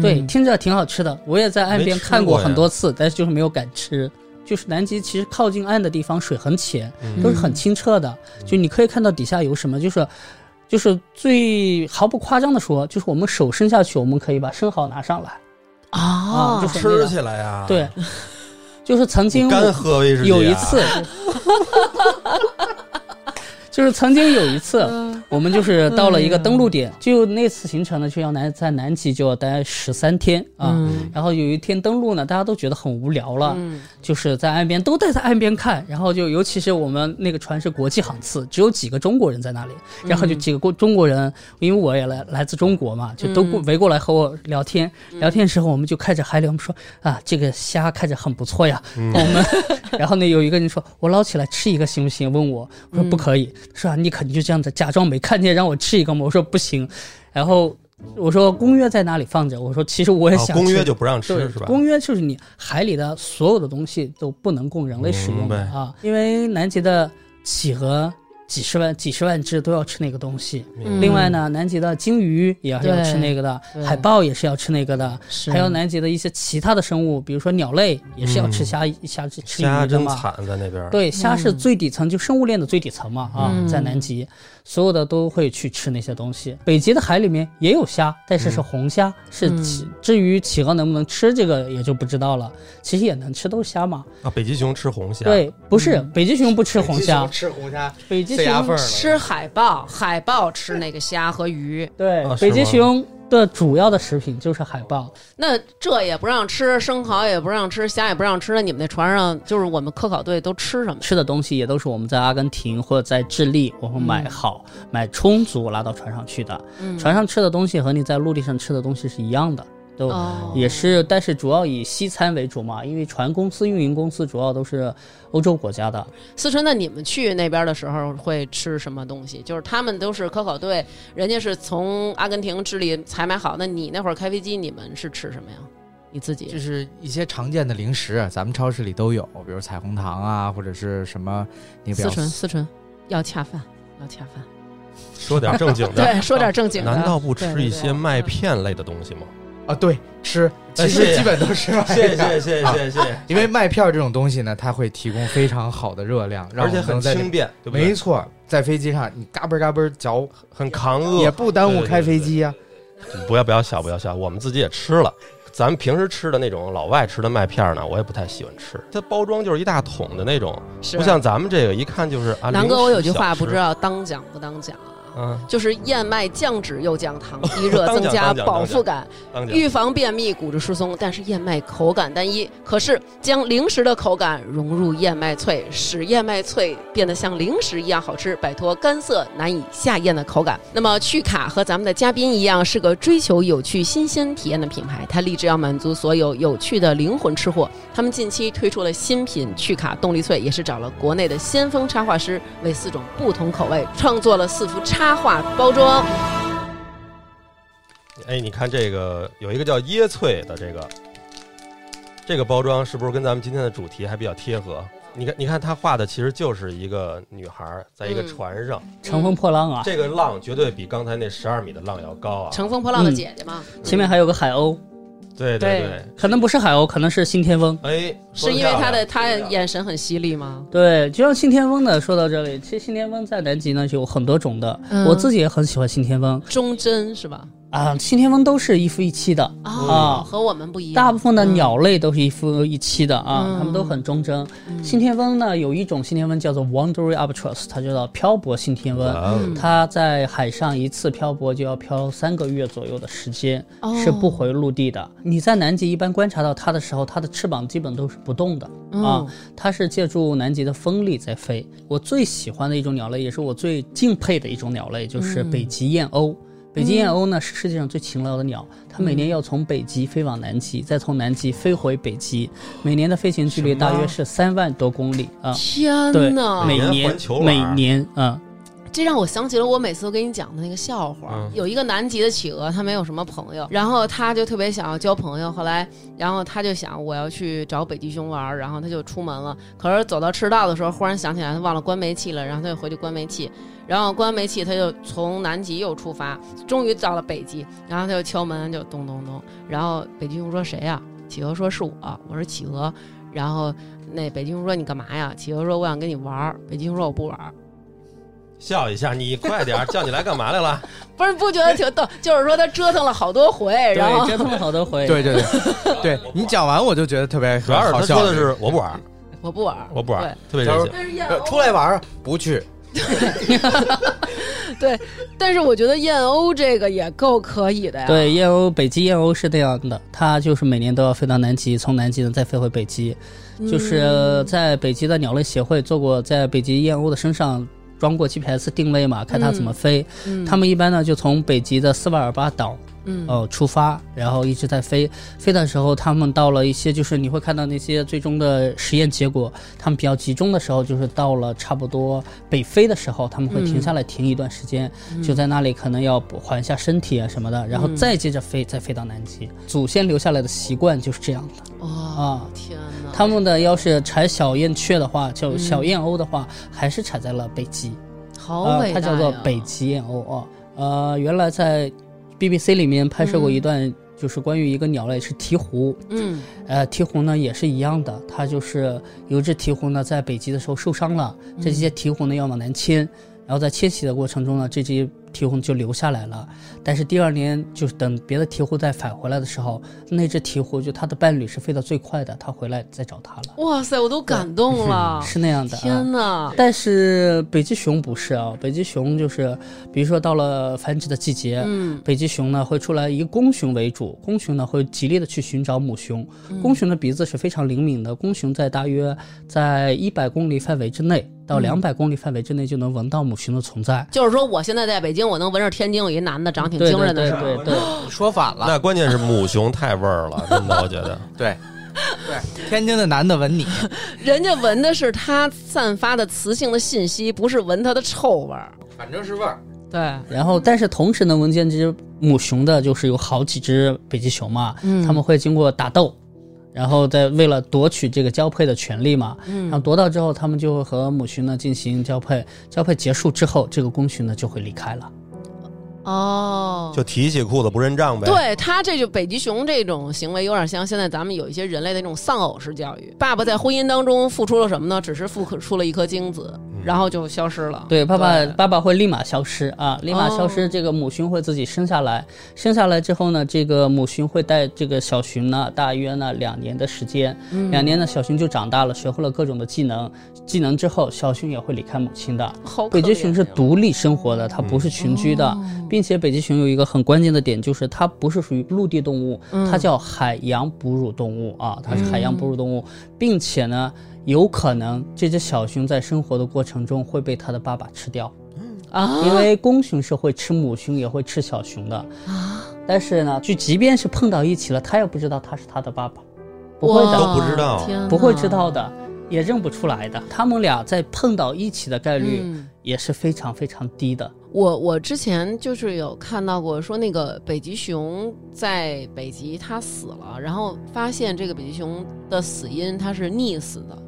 B: 对，
A: 嗯
B: 听着挺好吃的，我也在岸边
C: 嗯没吃
B: 看过
C: 过呀
B: 很多次，但是就是没有敢吃。就是南极其实靠近岸的地方水很浅，
C: 嗯
B: 都是很清澈的，就你可以看到底下有什么，就是。就是最毫不夸张的说，就是我们手伸下去，我们可以把生蚝拿上来。啊
A: 啊，
B: 就是
C: 吃起来呀，
B: 对，就是曾经
C: 啊你干喝威士忌啊
B: 有一次， 就是曾经有一次，
A: 嗯
B: 我们就是到了一个登陆点，就那次行程呢，就要南在南极就要待十三天啊。
A: 嗯
B: 然后有一天登陆呢，大家都觉得很无聊了，
A: 嗯
B: 就是在岸边都待在岸边看，然后就尤其是我们那个船是国际航次，只有几个中国人在那里，
A: 嗯
B: 然后就几个过中国人，因为我也来来自中国嘛，就都过
A: 嗯
B: 围过来和我聊天，聊天时候我们就开始还聊，我们说啊这个虾看着很不错呀，
C: 嗯
B: 我 们，然后呢有一个人说我捞起来吃一个行不行？问我，我说不可以，
C: 嗯
B: 说啊你肯定就这样子假装没看见让我吃一个嘛，我说不行，然后。我说公约在哪里放着？我说其实我也
C: 哦
B: 想吃、
C: 公约就不让吃
B: 对，
C: 是吧？
B: 公约就是你海里的所有的东西都不能供人类使用的
C: 明白
B: 啊，因为南极的企鹅几十万几十万只都要吃那个东西。
C: 嗯
B: 另外呢，南极的鲸鱼也要
A: 对
B: 要吃那个的
A: 对，
B: 海豹也是要吃那个的，
A: 是
B: 还有南极的一些其他的生物，比如说鸟类也是要吃
C: 嗯
B: 虾、虾吃吃
C: 虾
B: 鱼的
C: 真
B: 嘛。
C: 惨，在那边。，
B: 对，虾是最底层，就生物链的最底层嘛啊，
A: 嗯
B: 在南极，所有的都会去吃那些东西。北极的海里面也有虾，但是是
C: 嗯
B: 红虾，是
A: 嗯
B: 企。至于企鹅能不能吃，这个也就不知道了。其实也能吃，都是虾嘛。
C: 啊，北极熊吃红虾，
A: 嗯
C: 哎
B: 对，不是北极熊不吃红虾，
E: 吃红虾，
B: 北极
A: 极
C: 塞牙缝
A: 熊
C: 儿了
A: 吃海豹，海豹吃那个虾和鱼，
B: 对
C: 啊，是
B: 北极
C: 吗
B: 熊的主要的食品就是海豹。
A: 那这也不让吃，生蚝也不让吃，虾也不让吃，那你们那船上就是我们科考队都吃什么？
B: 吃的东西也都是我们在阿根廷或者在智利，我们买好、买充足拉到船上去的。
A: 嗯，
B: 船上吃的东西和你在陆地上吃的东西是一样的，都、
A: 哦
B: 也是，但是主要以西餐为主嘛，因为船公司、运营公司主要都是欧洲国家的。
A: 思春，那你们去那边的时候会吃什么东西？就是他们都是科考队，人家是从阿根廷、智利采买好，那你那会儿开飞机，你们是吃什么呀？你自己
E: 就是一些常见的零食，啊咱们超市里都有，比如彩虹糖啊，或者是什么那个
A: 思
E: 比较
A: 纯，思纯要恰饭，要恰饭，
C: 说点正经的。
A: 对，说点正经的。
C: 啊难道不
A: 对
C: 吃
A: 对
C: 一
A: 对
C: 些麦片类的东西吗？
E: 啊，对，吃，其
C: 谢
E: 实
C: 谢
E: 基本都是麦片。
C: 呃谢
E: 啊
C: 谢谢，
E: 因为麦片这种东西呢，它会提供非常好的热量，让
C: 而
E: 我
C: 且
E: 们能
C: 很
E: 在
C: 轻便，对不
E: 没
C: 对？
E: 错，在飞机上你嘎嘣嘎嘣嚼，
C: 很扛
E: 也
C: 饿，
E: 不耽误开飞机呀、啊
C: 不要不要笑不要笑，我们自己也吃了。咱们平时吃的那种老外吃的麦片呢，我也不太喜欢吃。它包装就是一大桶的那种，
A: 是
C: 不像咱们这个一看就是啊。
A: 南哥，我有句话
C: 零食小
A: 不
C: 吃
A: 知，道当讲不当讲啊，
C: 嗯，
A: 就是燕麦降脂又降 糖，低热
C: 当讲
A: 增加
C: 当讲
A: 饱腹感，
C: 当讲
A: 预防便秘、骨质疏松，但是燕麦口感单一。可是将零食的口感融入燕麦脆，使燕麦脆变得像零食一样好吃，摆脱干涩难以下咽的口感。那么趣卡和咱们的嘉宾一样，是个追求有趣、新鲜体验的品牌，它立志要满足所有有趣的灵魂吃货。他们近期推出了新品趣卡动力脆，也是找了国内的先锋插画师，为四种不同口味创作了四幅插画包装。
C: 哎，你看这个有一个叫椰脆的这个，这个包装是不是跟咱们今天的主题还比较贴合？你看，你看他画的其实就是一个女孩儿在一个
A: 嗯
C: 船上，
B: 乘风破浪啊！
C: 这个浪绝对比刚才那十二米的浪要高啊！
A: 乘风破浪的
B: 嗯
A: 姐姐嘛，
B: 前面还有个海鸥，
C: 对对
B: 可能不是海鸥，可能是新天翁。
C: 对，哎，
A: 是因为他的他
C: 说得漂亮
A: 眼神很犀利吗？
B: 对，就像新天翁的，说到这里，其实新天翁在南极呢有很多种的，
A: 嗯
B: 我自己也很喜欢新天翁
A: 忠贞是吧？
B: 啊。新天翁都是一夫一妻的，
A: 哦，
B: 啊
A: 和我们不一样。
B: 大部分的
A: 嗯
B: 鸟类都是一夫一妻的啊，
A: 嗯
B: 它们都很忠贞。信天翁呢，有一种信天翁叫做 Wandering Albatross，它叫做漂泊信天翁。
C: 哇哦
B: 它在海上一次漂泊就要漂三个月左右的时间，
A: 哦
B: 是不回陆地的。你在南极一般观察到它的时候，它的翅膀基本都是不动的、啊
A: 嗯，
B: 它是借助南极的风力在飞。我最喜欢的一种鸟类，也是我最敬佩的一种鸟类，就是北极燕鸥。北极燕鸥呢是世界上最勤劳的鸟，它每年要从北极飞往南极，再从南极飞回北极，每年的飞行距离大约是三万多公里啊。对
A: 天，哪！
B: 每
C: 每年
B: 年
C: 环球玩
B: 每年啊，
A: 这让我想起了我每次都给你讲的那个笑话。
C: 嗯
A: 有一个南极的企鹅，他没有什么朋友，然后他就特别想要交朋友。后来，然后他就想我要去找北极熊玩儿，然后他就出门了。可是走到赤道的时候，忽然想起来他忘了关煤气了，然后他就回去关煤气。然后关煤气，他就从南极又出发，终于到了北极，然后他就敲门，就咚咚咚。然后北极熊说：“谁呀、企鹅说：“是我。”我说：“企鹅。”然后那北极熊说：“你干嘛呀？”企鹅说：“我想跟你玩儿。”北极熊说：“我不玩儿。”
C: 笑一下，你快点儿，叫你来干嘛来 了？
A: 不是不觉得挺 逗，就是说他折腾了好多回，然
B: 对，
A: 后
B: 折腾了好多回。
E: 对对 对，对你讲完我就觉得特别
C: 主要是
E: 好
C: 他
E: 笑。
C: 说的是我不玩儿，
A: 我不玩，
C: 我不玩儿
A: 对，
C: 特别任性。
A: 但是燕
E: 呃
A: 鸥
E: 出来玩儿 不去，
A: 但是我觉得燕鸥这个也够可以的呀。，
B: 对，燕鸥，北极燕鸥是这样的，它就是每年都要飞到南极，从南极呢再飞回北极。
A: 嗯
B: 就是在北极的鸟类协会做过，在北极燕鸥的身上装过 GPS 定位嘛，看它怎么飞。它们一般呢就从北极的斯瓦尔巴岛
A: 嗯
B: 呃出发，然后一直在飞。飞的时候，它们到了一些就是你会看到那些最终的实验结果，它们比较集中的时候，就是到了差不多北飞的时候，它们会停下来停一段时间，就在那里可能要补缓一下身体啊什么的，然后再接着飞，再飞到南极。祖先留下来的习惯就是这样的
A: 哇，
B: 啊。
A: 天哪！
B: 他们的要是产小燕雀的话，就小燕鸥的话，还是产在了北极。
A: 好
B: 啊，
A: 哦伟大
B: 它叫做北极燕鸥啊。呃，原来在 BBC 里面拍摄过一段，就是关于一个鸟类是鹈鹕。
A: 嗯
B: 呃，鹈鹕呢也是一样的，它就是有一只鹈鹕呢在
A: 嗯
B: 北极的时候受伤了，这些鹈鹕呢要往南迁，然后在迁徙的过程中呢，这只鹈鹕就留下来了。但是第二年，就是等别的鹈鹕再返回来的时候，那只鹈鹕就它的伴侣是飞得最快的，它回来再找它了，，
A: 哇塞，我都感动了
B: 是 那样的、啊。
A: 天哪！
B: 但是北极熊不是啊，北极熊就是，比如说到了繁殖的季节，
A: 嗯，
B: 北极熊呢会出来以公熊为主，公熊呢会极力的去寻找母熊。
A: 嗯
B: 公熊的鼻子是非常灵敏的，公熊在大约在一百公里范围之内
A: 嗯
B: 到两百公里范围之内就能闻到母熊的存在。
A: 就是说我现在在北京，我能闻着天津有一男的长挺
B: 对
A: 精神的，
B: 对
A: 是吧？
B: 对对对，
E: 说反了，
C: 那关键是母熊太味儿 了，真的，我觉得。
E: 对对，天津的男的吻你，
A: 人家闻的是它散发的雌性的信息，不是闻它的臭味儿。
E: 反正是味儿。
A: 对，
B: 然后但是同时能闻见这只母熊的就是有好几只北极熊嘛，
A: 嗯
B: 他们会经过打斗。然后在为了夺取这个交配的权利嘛，
A: 嗯
B: 然后夺到之后，他们就会和母熊呢进行交配。交配结束之后，这个公熊呢就会离开了。
A: 哦，
C: 就提起裤子不认账呗。，
A: 对它这就北极熊这种行为有点像现在咱们有一些人类的那种丧偶式教育。爸爸在婚姻当中付出了什么呢？只是付出了一颗精子，然后就消失了。
B: 对，爸爸爸爸会立马消失啊，立马消失。这个母熊会自己生下来，生下来之后呢，这个母熊会带这个小熊呢，大约呢两年的时间，两年呢小熊就长大了，学会了各种的技能，技能之后小熊也会离开母亲的。
A: 好可
B: 北
A: 怜呀，啊
B: 极熊是独立生活的，它不是群居
A: 哦
B: 的，并且北极熊有一个很关键的点，就是它不是属于陆地动物，
A: 嗯
B: 它叫海洋哺乳动物啊，它是海洋哺乳动物，并且呢，有可能这只小熊在生活的过程中会被它的爸爸吃掉，
A: 啊，
B: 因为公熊是会吃母熊，也会吃小熊的。
A: 啊
B: 但是呢，就即便是碰到一起了，它也不知道它是它的爸爸，不会
A: 哇
B: 的，
C: 都不知道
A: 天哪
B: 不会知道的，也认不出来的。他们俩在碰到一起的概率
A: 嗯
B: 也是非常非常低的。
A: 我我之前就是有看到过，说那个北极熊在北极它死了，然后发现这个北极熊的死因它是溺死的，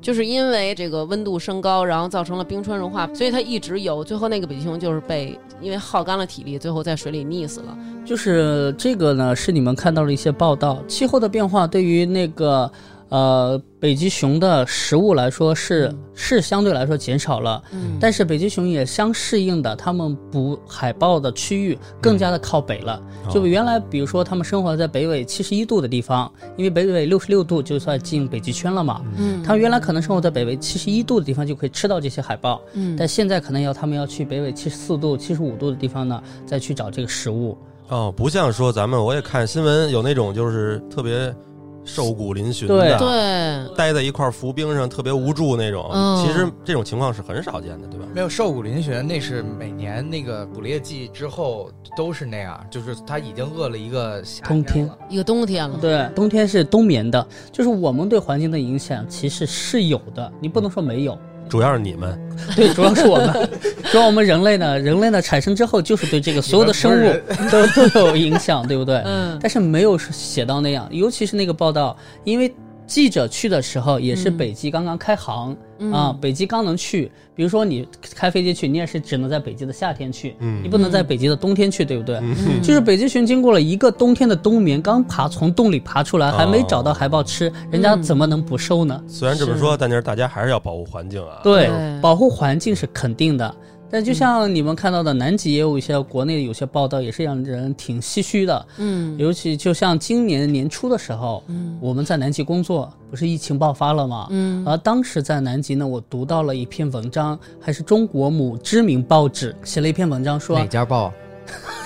A: 就是因为这个温度升高，然后造成了冰川融化，所以它一直游，最后那个北极熊就是被因为耗干了体力，最后在水里溺死了。
B: 就是这个呢，是你们看到了一些报道，气候的变化对于那个。呃，北极熊的食物来说是、是相对来说减少了，
A: 嗯
B: 但是北极熊也相适应的，它们不海豹的区域
A: 嗯
B: 更加的靠北了。
A: 哦
C: 哦
B: 就原来比如说它们生活在北纬七十一度的地方，因为北纬六十六度就算进北极圈了嘛。
A: 嗯
B: 它原来可能生活在北纬七十一度的地方就可以吃到这些海豹，
A: 嗯
B: 但现在可能要它们要去北纬七十四度、七十五度的地方呢，再去找这个食物。
C: 哦，不像说咱们，我也看新闻有那种就是特别瘦骨嶙峋
B: 对
C: 的，
A: 对，
C: 待在一块浮冰上特别无助那种。
A: 嗯
C: 其实这种情况是很少见的，对吧？
E: 没有瘦骨嶙峋，那是每年那个捕猎季之后都是那样，就是他已经饿了一个夏
B: 通天
E: 了。
A: 一个冬天了，
B: 对，冬天是冬眠的，就是我们对环境的影响其实是有的，你不能说没有。
C: 主要是你 们，
B: 对，主要是我们，主要我们人类呢，人类呢产生之后，就是对这个所有的生
E: 你
B: 物
E: 们
B: 都 都有影响，对不对？
A: 嗯
B: 但是没有写到那样，尤其是那个报道，因为记者去的时候也是
A: 嗯
B: 北极刚刚开航、啊，北极刚能去。比如说你开飞机去，你也是只能在北极的夏天去，
C: 嗯
B: 你不能在北极的冬天去，对不对？
C: 嗯，
B: 就是北极熊经过了一个冬天的冬眠，刚爬从洞里爬出来，还没找到海豹吃，人
A: 嗯
B: 家怎么能不收呢？
C: 虽然这么
A: 是
C: 说，但是大家还是要保护环境啊。
B: 对
A: 对，嗯
B: 保护环境是肯定的。但就像你们看到的，南极也有一些国内有些报道，也是让人挺唏嘘的。
A: 嗯
B: 尤其就像今年年初的时候，我们在南极工作，不是疫情爆发了吗？
A: 嗯
B: 而当时在南极呢，我读到了一篇文章，还是中国某知名报纸写了一篇文章说，
E: 哪家报？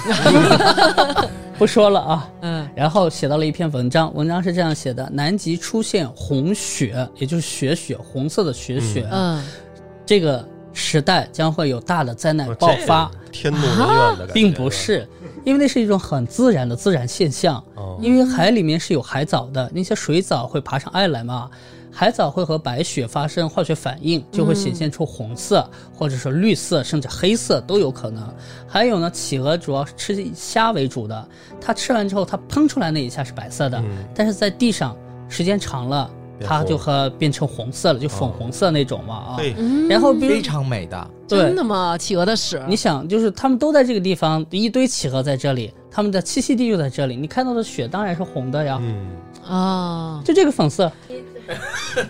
E: 啊
B: 不说了啊，
A: 嗯，
B: 然后写到了一篇文章，文章是这样写的：南极出现红雪，也就是雪雪，红色的雪雪，
A: 嗯，
B: 这个时代将会有大的灾难爆发，
C: 哦
B: 啊
C: 这天怒人怨的感觉，
B: 并不是，因为那是一种很自然的自然现象，
C: 哦
B: 因为海里面是有海藻的，那些水藻会爬上岸来嘛。海藻会和白雪发生化学反应，就会显现出红色，或者是绿色，甚至黑色都有可能。还有呢，企鹅主要是吃虾为主的，它吃完之后，它喷出来那一下是白色的，
C: 嗯
B: 但是在地上时间长了，
C: 变
B: 它
C: 红哦
B: 就和变成红色了，就粉红色那种嘛啊。
C: 嘿，
B: 然后比如
E: 非常美的，
B: 对
A: 真，的吗？企鹅的屎，
B: 你想，就是他们都在这个地方，一堆企鹅在这里，他们的栖息地就在这里，你看到的雪当然是红的呀，
C: 嗯，
A: 啊，
B: 就这个粉色。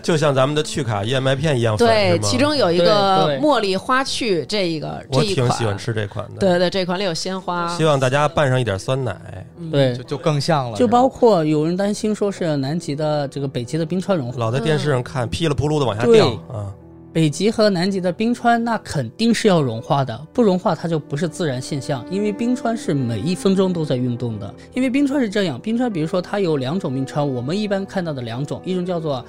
C: 就像咱们的趣卡燕麦片一样粉，
A: 对
C: 哦是，吗
A: 其中有一个
B: 对对
A: 茉莉花去这一个这
C: 我
A: 一
C: 挺
A: 款，
C: 喜欢吃这款的。
A: 对对，这款里有鲜花，
C: 希望大家拌上一点酸奶。
A: 嗯
B: 对
E: 就，就更像了，
B: 就是
E: 吧
B: 包括有人担心说是南极的这个北极的冰川融化，
C: 老在电视上看，噼里扑噜的往下
B: 嗯对
C: 掉啊！
B: 北极和南极的冰川那肯定是要融化的，不融化它就不是自然现象，因为冰川是每一分钟都在运动的。因为冰川是这样，冰川比如说它有两种冰川，我们一般看到的两种，一种叫做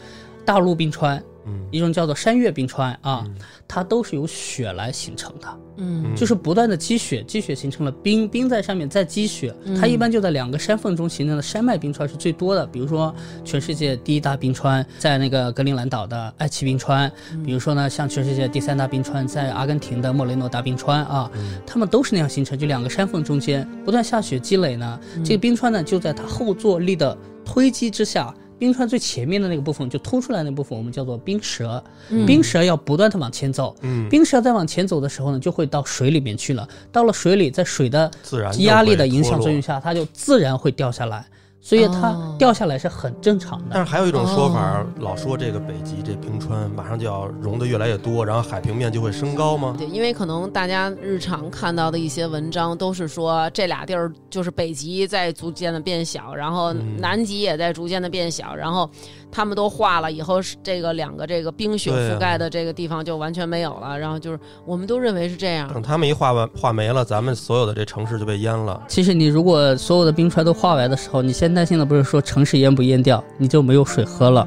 B: 大陆冰川，
C: 嗯
B: 一种叫做山岳冰川啊，
C: 嗯
B: 它都是由雪来形成的。
A: 嗯
C: 嗯
B: 就是不断的积雪，积雪形成了冰，冰在上面再积雪，
A: 嗯
B: 它一般就在两个山缝中形成的山脉冰川是最多的。比如说，全世界第一大冰川在那个格陵兰岛的爱奇冰川，比如说呢，像全世界第三大冰川在阿根廷的莫雷诺大冰川啊，
C: 嗯
B: 它们都是那样形成，就两个山缝中间不断下雪积累呢，这个冰川呢就在它后坐力的推击之下。冰川最前面的那个部分，就凸出来那部分，我们叫做冰舌。冰舌要不断的往前走，
C: 嗯，
B: 冰舌在往前走的时候呢，就会到水里面去了。到了水里，在水的
C: 自然就
B: 压力
C: 会
B: 的影响
C: 脱落
B: 作用下，它就自然会掉下来，所以
A: 哦
B: 它掉下来是很正常的。
C: 但是还有一种说法
A: 哦，
C: 老说这个北极这冰川马上就要融得越来越多，然后海平面就会升高吗？
A: 对，因为可能大家日常看到的一些文章都是说这俩地儿就是北极在逐渐的变小，然后
C: 嗯
A: 南极也在逐渐的变小，然后他们都化了以后，是这个两个这个冰雪
C: 对啊
A: 覆盖的这个地方就完全没有了，然后就是我们都认为是这样，
C: 等他们一化完化没了，咱们所有的这城市就被淹了。
B: 其实你如果所有的冰川都化完的时候，你先担心的不是说城市淹不淹掉，你就没有水喝了，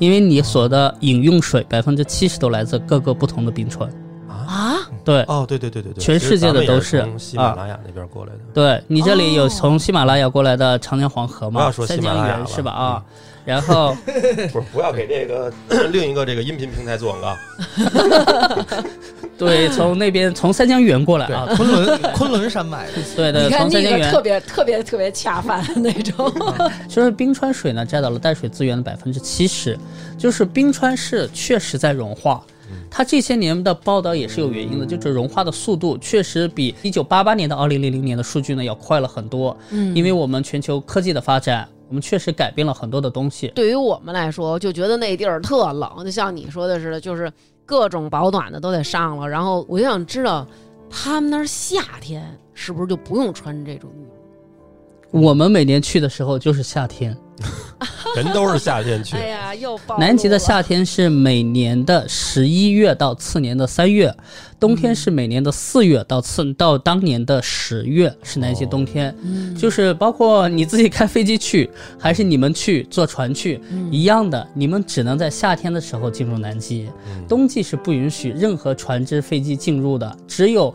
B: 因为你所的饮用水百分之七十都来自各个不同的冰川。
A: 啊，
B: 对，
C: 哦，对对对对对，
B: 全
C: 其实
B: 世界的
C: 咱们也
B: 都
C: 是
B: 是啊
C: 从喜马拉雅那边过来的。
B: 对你这里有
A: 哦
B: 从喜马拉雅过来的长江黄河
C: 不
B: 吗
C: 要？说喜
B: 三
C: 马
B: 江
C: 拉雅
B: 源
C: 了嗯
B: 是吧？啊，然后
C: 不是，不要给这个 另一个这个音频平台做 广告。
B: 对，从那边从三江源过来啊，
E: 对，昆仑昆仑山脉 的
B: 对对，
A: 你看
B: 从
A: 那
B: 三江
A: 个
B: 源
A: 特别特别特别恰饭的那种，
B: 其实冰川水呢占到了淡水资源的百分之七十，就是冰川是确实在融化。它这些年的报道也是有原因的，就是融化的速度确实比一九八八年到二零零零年的数据呢要快了很多。
A: 嗯
B: 因为我们全球科技的发展，我们确实改变了很多的东西。
A: 对于我们来说，就觉得那地儿特冷，就像你说的似的，就是各种保暖的都得上了。然后我就想知道，他们那儿夏天是不是就不用穿这种衣
B: 我们每年去的时候就是夏天，
C: 人都是夏天
A: 服？
C: 去，
A: 哎呀，又暴
B: 南极的夏天是每年的十一月到次年的三月，冬天是每年的四月到次到当年的十月是南极冬天。就是包括你自己开飞机去，还是你们去坐船去，一样的，你们只能在夏天的时候进入南极，冬季是不允许任何船只、飞机进入的，只有。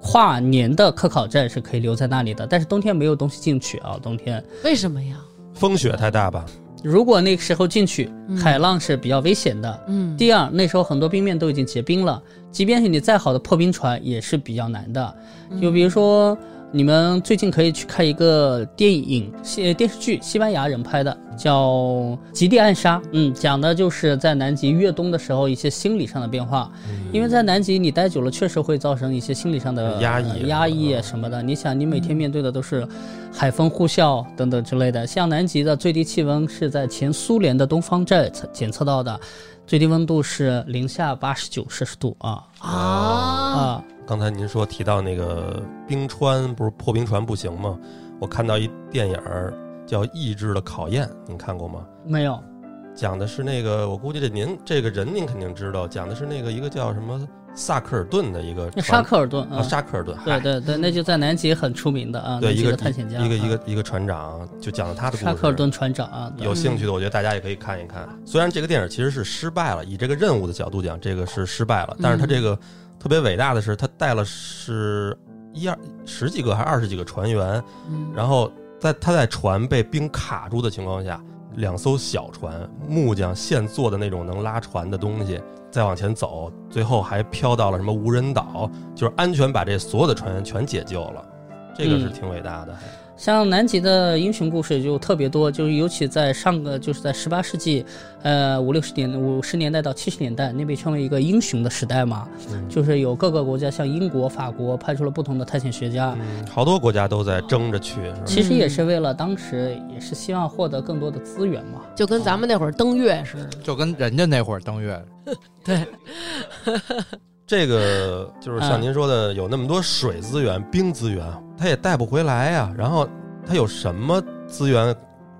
B: 跨年的科考站是可以留在那里的，但是冬天没有东西进去啊。冬天
A: 为什么呀？
C: 风雪太大吧？
B: 如果那个时候进去，海浪是比较危险的。
A: 嗯，
B: 第二，那时候很多冰面都已经结冰了，即便是你再好的破冰船也是比较难的。就比如说，你们最近可以去看一个电影、西电视剧，西班牙人拍的，叫《极地暗杀》。嗯，讲的就是在南极越冬的时候一些心理上的变化，
C: 嗯
B: 因为在南极你待久了，确实会造成一些心理上的
C: 压抑啊
B: 呃
C: 了
B: 压抑什么的。你想，你每天面对的都是海风呼啸等等之类的。像南极的最低气温是在前苏联的东方站测检测到的，最低温度是零下八十九摄氏度啊
A: 啊，
B: 啊！
C: 刚才您说提到那个冰川，不是破冰船不行吗？我看到一电影儿叫《意志的考验》，您看过吗？
B: 没有，
C: 讲的是那个，我估计这您这个人您肯定知道，讲的是那个一个叫什么萨克尔顿的一个
B: 那沙
C: 船
B: 克尔顿
C: 啊，
B: 啊，
C: 沙克尔顿，
B: 对
C: 嗨
B: 对对，那就在南极很出名的啊，
C: 对
B: 南
C: 一
B: 极
C: 个
B: 的探险家，
C: 一个一
B: 啊
C: 个一个船长，就讲了他的故事。
B: 沙克尔顿船长啊，对
C: 有兴趣的，我觉得大家也可以看一看。虽然这个电影其实是失败了，以这个任务的角度讲，这个是失败了，但是
B: 嗯
C: 它这个特别伟大的是，它带了是一二十几个还是二十几个船员，
A: 嗯
B: 啊
C: 然后在他在船被冰卡住的情况下，两艘小船，木匠现做的那种能拉船的东西，再往前走，最后还飘到了什么无人岛，就是安全把这所有的船员全解救了，这个是
B: 嗯
C: 挺伟大的。
B: 像南极的英雄故事就特别多，就是尤其在上个就是在十八世纪，呃五六十年五十年代到七十年代，那被称为一个英雄的时代嘛，
C: 嗯
B: 就是有各个国家像英国、法国派出了不同的探险学家，
C: 嗯好多国家都在争着去，是吧？
B: 其实也是为了当时也是希望获得更多的资源嘛。
A: 就跟咱们那会儿登月似的。
E: 就跟人家那会儿登
B: 啊
E: 月，
A: 对，
C: 这个就是
B: 嗯
C: 像您说的，有那么多水资源、冰资源，它也带不回来呀、然后它有什么资源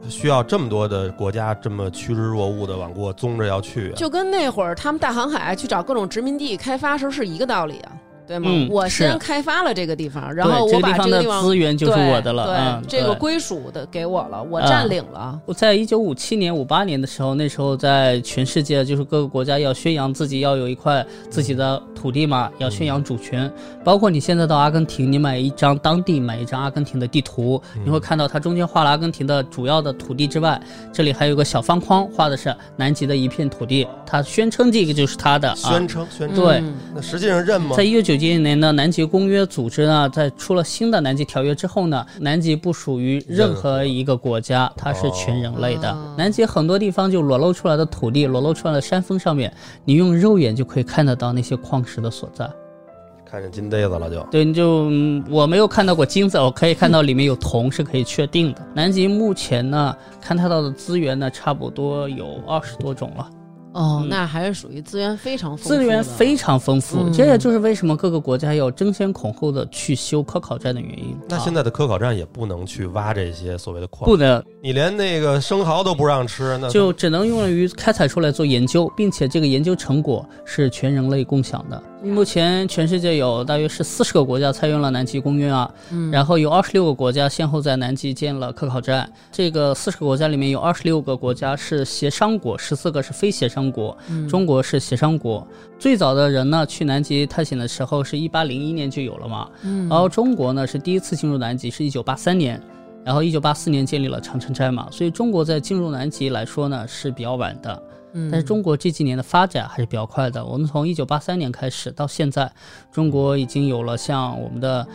C: 需要这么多的国家这么趋之若鹜的往过宗着要去、啊？
A: 就跟那会儿他们大航海去找各种殖民地开发时候是一个道理啊，对吗？
B: 嗯
A: 我先
B: 是
A: 开发了这个地方，
B: 对
A: 然后
B: 这
A: 我
B: 个地
A: 把
B: 方
A: 这个
B: 的
A: 地方
B: 资源就是我的
A: 对
B: 了，嗯，
A: 对这个
B: 对
A: 归属的给我了，我
B: 嗯
A: 占领了。
B: 我在一九五七年、五八年的时候，那时候在全世界就是各个国家要宣扬自己要有一块自己的土地嘛，要宣扬主权。包括你现在到阿根廷，你买一张当地买一张阿根廷的地图，你会看到它中间画了阿根廷的主要的土地之外，这里还有个小方框，画的是南极的一片土地，它宣称这个就是它的啊
C: 宣。称宣称，
B: 对
A: 嗯
C: 那实际上认吗
B: 在？一九九七年的南极公约组织呢，在出了新的南极条约之后呢，南极不属于任何一个国家，它是全人类的。
A: 哦
B: 南极很多地方就裸露出来的土地，裸露出来的山峰上面，你用肉眼就可以看得到那些矿石的所在。
C: 看见金杯子了就。
B: 对，你就嗯我没有看到过金子，我可以看到里面有铜，是可以确定的。南极目前呢，勘探到的资源呢，差不多有二十多种了。
A: 哦，
B: 嗯
A: 那还是属于资源非常丰富的
B: 资源非常丰富，
A: 嗯
B: 这也就是为什么各个国家要争先恐后的去修科考站的原因。
C: 那
B: 啊
C: 现在的科考站也不能去挖这些所谓的矿，
B: 不能
C: 你连那个生蚝都不让吃，那
B: 就只能用于开采出来做研究，并且这个研究成果是全人类共享
A: 嗯
B: 的。目前全世界有大约是四十个国家参与了南极公约啊，
A: 嗯
B: 然后有二十六个国家先后在南极建了科考站。这个四十个国家里面有二十六个国家是协商国，十四个是非协商国。
A: 嗯
B: 中国是协商国，最早的人呢去南极探险的时候是一八零一年就有了嘛，
A: 嗯
B: 然后中国呢是第一次进入南极是一九八三年，然后一九八四年建立了长城寨嘛，所以中国在进入南极来说呢是比较晚的，
A: 嗯
B: 但是中国这几年的发展还是比较快的。我们从一九八三年开始到现在，中国已经有了像我们的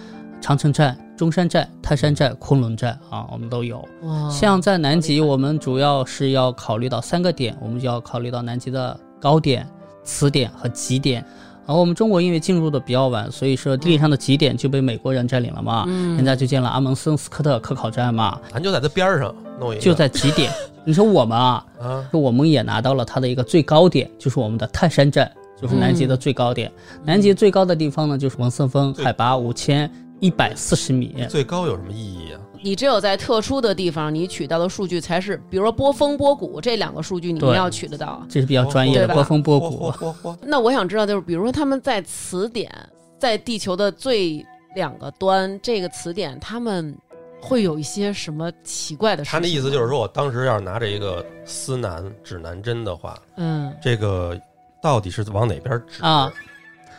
B: 长城寨、中山寨、泰山寨、昆仑寨啊，我们都有。
A: 哇
B: 像在南极，我们主要是要考虑到三个点，我们就要考虑到南极的高点、词点和极点。而我们中国因为进入的比较晚，所以说地理上的极点就被美国人占领了嘛，人家就建了阿蒙森斯科特科考站嘛，
C: 咱就在它边儿上弄一个，
B: 就在极点。你说我们啊，
C: 啊，
B: 我们也拿到了它的一个最高点，就是我们的泰山站，就是南极的最高点。南极最高的地方呢，就是文森峰，
C: 对
B: 海拔五千一百四十米。
C: 最高有什么意义啊？
A: 你只有在特殊的地方，你取到的数据才是，比如说波峰、波谷这两个数据，你
B: 对
A: 们要取得到啊。
B: 这是比较专业的
A: 对吧
B: 波峰波谷。
C: 嚯嚯嚯嚯
A: 那我想知道，就是比如说他们在词典，在地球的最两个端这个词典，他们会有一些什么奇怪的事
C: 他
A: 情？
C: 那意思就是说，我当时要是拿着一个司南指南针的话，
A: 嗯，
C: 这个到底是往哪边指
B: 啊？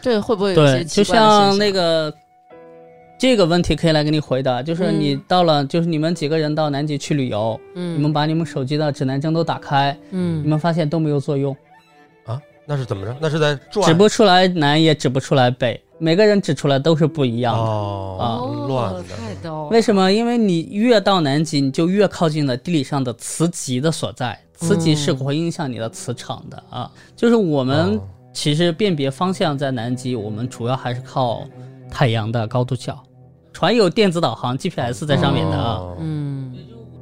A: 这会不会有一
B: 对，
A: 些奇
B: 就
A: 怪的现
B: 像
A: 象
B: 那个这个问题可以来给你回答，就是
A: 嗯
B: 你到了，就是你们几个人到南极去旅游，
A: 嗯
B: 你们把你们手机的指南针都打开，你
A: 嗯
B: 们发现都没有作用，
C: 啊？那是怎么着？那是在转哦
B: 指不出来南也指不出来北，每个人指出来都是不一样的。啊
C: 哦，乱的
A: 太逗了
B: 为什么？因为你越到南极，你就越靠近了地理上的磁极的所在，磁极
A: 嗯
B: 是会影响你的磁场的啊。就是我们
C: 哦
B: 其实辨别方向在南极，我们主要还是靠太阳的高度角，船有电子导航 GPS 在上面的啊。
C: 哦
A: 嗯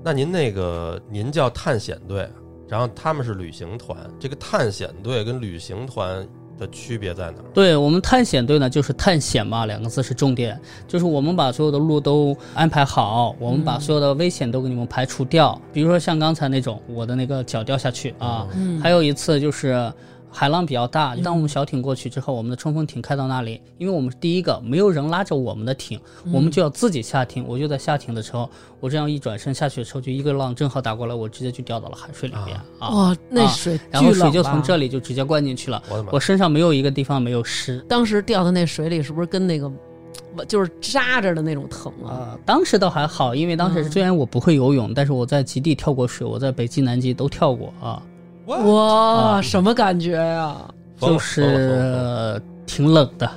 C: 那您那个您叫探险队，然后他们是旅行团，这个探险队跟旅行团的区别在哪儿？
B: 对我们探险队呢，就是探险嘛，两个字是重点，就是我们把所有的路都安排好，我们把所有的危险都给你们排除掉。比如说像刚才那种，我的那个脚掉下去啊，
A: 嗯，
B: 还有一次就是海浪比较大，当我们小艇过去之后，我们的冲锋艇开到那里，因为我们是第一个，没有人拉着我们的艇，我
A: 嗯
B: 们就要自己下艇。我就在下艇的时候，我这样一转身下去的时候，就一个浪正好打过来，我直接就掉到了海水里面啊。
A: 哇，嗯那
B: 啊
A: 水
B: 然后
A: 哦巨
B: 水
A: 冷
B: 就
A: 吧
B: 从这里就直接灌进去了，
C: 我的妈！
B: 我身上没有一个地方没有湿
A: 当时掉到那水里，是不是跟那个呃就是扎着的那种疼啊？
B: 啊、当时倒还好，因为当时
A: 嗯
B: 虽然我不会游泳，但是我在极地跳过水，我在北极、南极都跳过啊，
A: 哇，什么感觉呀、
C: 疯了
B: 就
C: 疯了疯了疯了
B: 是挺冷的。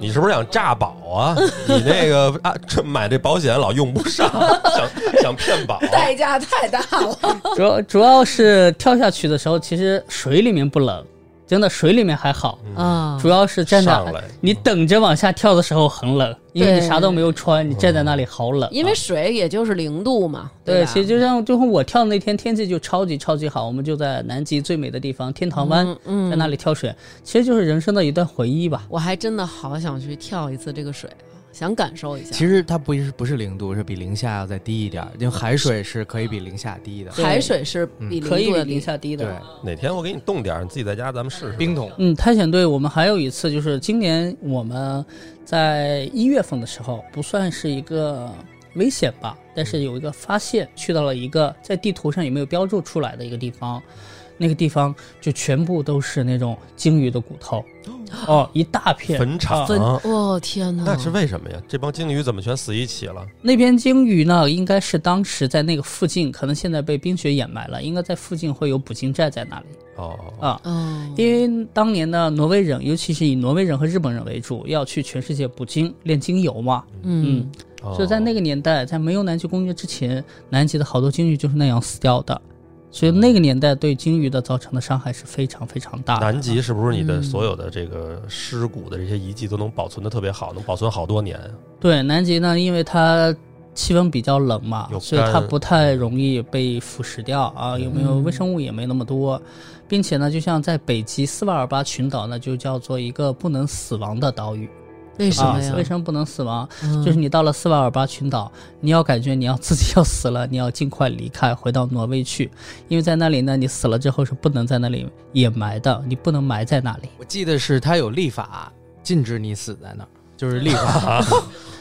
C: 你是不是想诈保啊？你那个啊，这买这保险老用不 上，想想骗保。
A: 代价太大了。
B: 主要主要是跳下去的时候，其实水里面不冷，真的水里面还好，
C: 嗯
A: 啊
B: 主要是站在
C: 上来
B: 你等着往下跳的时候很冷，因为你啥都没有穿，你站在那里好冷啊。
A: 因为水也就是零度嘛，
B: 对，
A: 吧
B: 其实就像就像我跳的那天天气就超级超级好，我们就在南极最美的地方天堂湾，
A: 嗯
B: 在那里跳水，其实就是人生的一段回忆吧。
A: 我还真的好想去跳一次这个水啊，想感受一下。
E: 其实它不是不是零度，是比零下要再低一点儿，因为海水是可以比零下低的。
B: 对嗯
A: 海水是比
B: 可
A: 零
B: 以
A: 度
B: 比
A: 的
B: 零
A: 低，
B: 下低的，
E: 对，
C: 哪天我给你冻点儿，你自己在家咱们试试。
E: 冰桶
B: 嗯，探险队，我们还有一次就是今年我们在一月份的时候，不算是一个危险吧，但是有一个发现，去到了一个在地图上也没有标注出来的一个地方，那个地方就全部都是那种鲸鱼的骨头，哦，一大片
C: 坟场
B: 啊，
A: 哦天哪！
C: 那是为什么呀？这帮鲸鱼怎么全死一起了？
B: 那边鲸鱼呢，应该是当时在那个附近，可能现在被冰雪掩埋了，应该在附近会有捕鲸站在那里
C: 哦，
B: 啊。
A: 哦，
B: 因为当年的挪威人，尤其是以挪威人和日本人为主，要去全世界捕鲸、炼精油嘛。
A: 嗯，
C: 哦
B: 所以在那个年代，在没有南极公约之前，南极的好多鲸鱼就是那样死掉的。所以
C: 嗯
B: 那个年代对鲸鱼的造成的伤害是非常非常大的。
C: 南极是不是你的
A: 嗯
C: 所有的这个尸骨的这些遗迹都能保存的特别好，能保存好多年？
B: 对南极呢，因为它气温比较冷嘛
C: 有，
B: 所以它
C: 干
B: 不太容易被腐蚀掉啊，有没有
A: 嗯
B: 微生物也没那么多，并且呢，就像在北极斯瓦尔巴群岛呢，就叫做一个不能死亡的岛屿
A: 为什
B: 啊
A: 么呀？。
B: 为什么不能死亡？
A: 嗯
B: 就是你到了斯瓦尔巴群岛，你要感觉你要自己要死了，你要尽快离开，回到挪威去，因为在那里呢，你死了之后是不能在那里掩埋的，你不能埋在那里。
E: 我记得是它有立法禁止你死在那儿，就是 立法。
C: 啊
B: 啊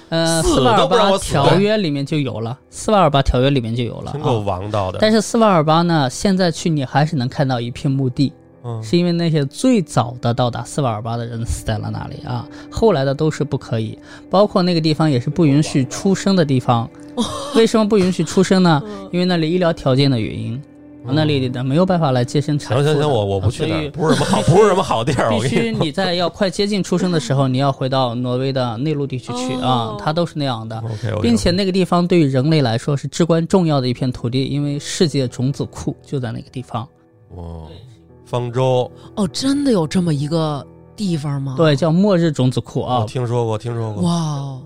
B: 呃，
C: 死
B: 斯瓦尔
C: 都不让
B: 巴
C: 我死
B: 条约里面就有了，斯瓦尔巴条约里面就有了
C: 真够
B: 啊。
C: 王道的。
B: 但是斯瓦尔巴呢，现在去你还是能看到一片墓地，
C: 嗯
B: 是因为那些最早的到达斯瓦尔巴的人死在了那里啊，后来的都是不可以，包括那个地方也是不允许出生的地方。为什么不允许出生呢？因为那里医疗条件的原因，
C: 嗯
B: 那里的没有办法来接生产妇
C: 行
B: 的。
C: 行行，我我不去
B: 啊
C: 那
B: 所
C: 儿，
B: 以
C: 不是什么好，不是什么好地儿。我
B: 必
C: 跟你
B: 须
C: 说，
B: 你在要快接近出生的时候，你要回到挪威的内陆地区去啊
A: 哦，
B: 它都是那样的。
C: OK，
B: 并且那个地方对于人类来说是至关重要的一片土地，因为世界种子库就在那个地方，
C: 哦，方舟，
A: 哦，真的有这么一个地方吗？，
B: 对，叫末日种子库啊
C: 我。听说过，听说过。
A: 哇哦，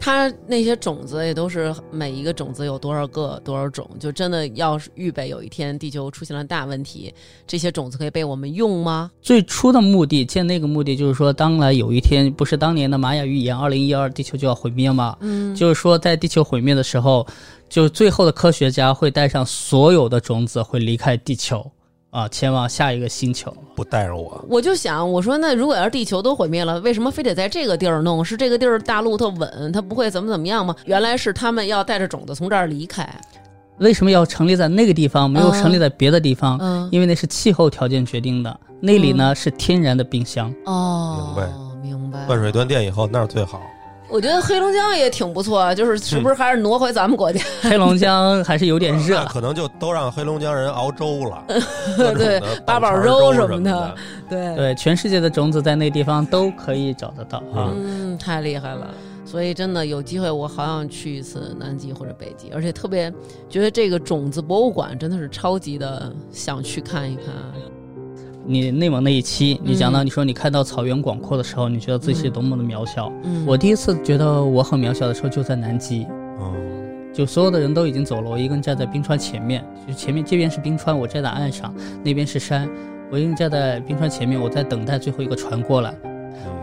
A: 它那些种子也都是每一个种子有多少个多少种，就真的要是预备有一天地球出现了大问题，这些种子可以被我们用吗？
B: 最初的目的建那个目的就是说，当来有一天不是当年的玛雅预言，二零一二地球就要毁灭吗？
A: 嗯，
B: 就是说，在地球毁灭的时候，就最后的科学家会带上所有的种子，会离开地球啊，前往下一个星球。
C: 不带上我，
A: 我就想，我说那如果要是地球都毁灭了，为什么非得在这个地儿弄？是这个地儿大陆特稳，它不会怎么怎么样吗？原来是他们要带着种子从这儿离开。
B: 为什么要成立在那个地方，没有
A: 嗯
B: 成立在别的地方？
A: 嗯，
B: 因为那是气候条件决定的，那里呢是天然的冰箱。
A: 哦，明白，
C: 万水端电以后那儿最好。
A: 我觉得黑龙江也挺不错，啊就是是不是还是挪回咱们国家？
B: 黑龙江还是有点热
C: 那，可能就都让黑龙江人熬 粥了，
A: 对八
C: 八
A: 宝
C: 粥
A: 粥什么
C: 么
A: 的， 对
B: 对，全世界的种子在那地方都可以找得到啊。
A: 嗯，太厉害了。所以真的有机会，我好想去一次南极或者北极，而且特别觉得这个种子博物馆真的是超级的想去看一看。
B: 你内蒙那一期，你讲到
A: 嗯
B: 你说你看到草原广阔的时候，你觉得自己是多么的渺小。
A: 嗯，
B: 我第一次觉得我很渺小的时候就在南极，
C: 嗯，
B: 就所有的人都已经走了，我一个人站在冰川前面，就前面这边是冰川，我站在岸上，那边是山，我一个人站在冰川前面，我在等待最后一个船过来。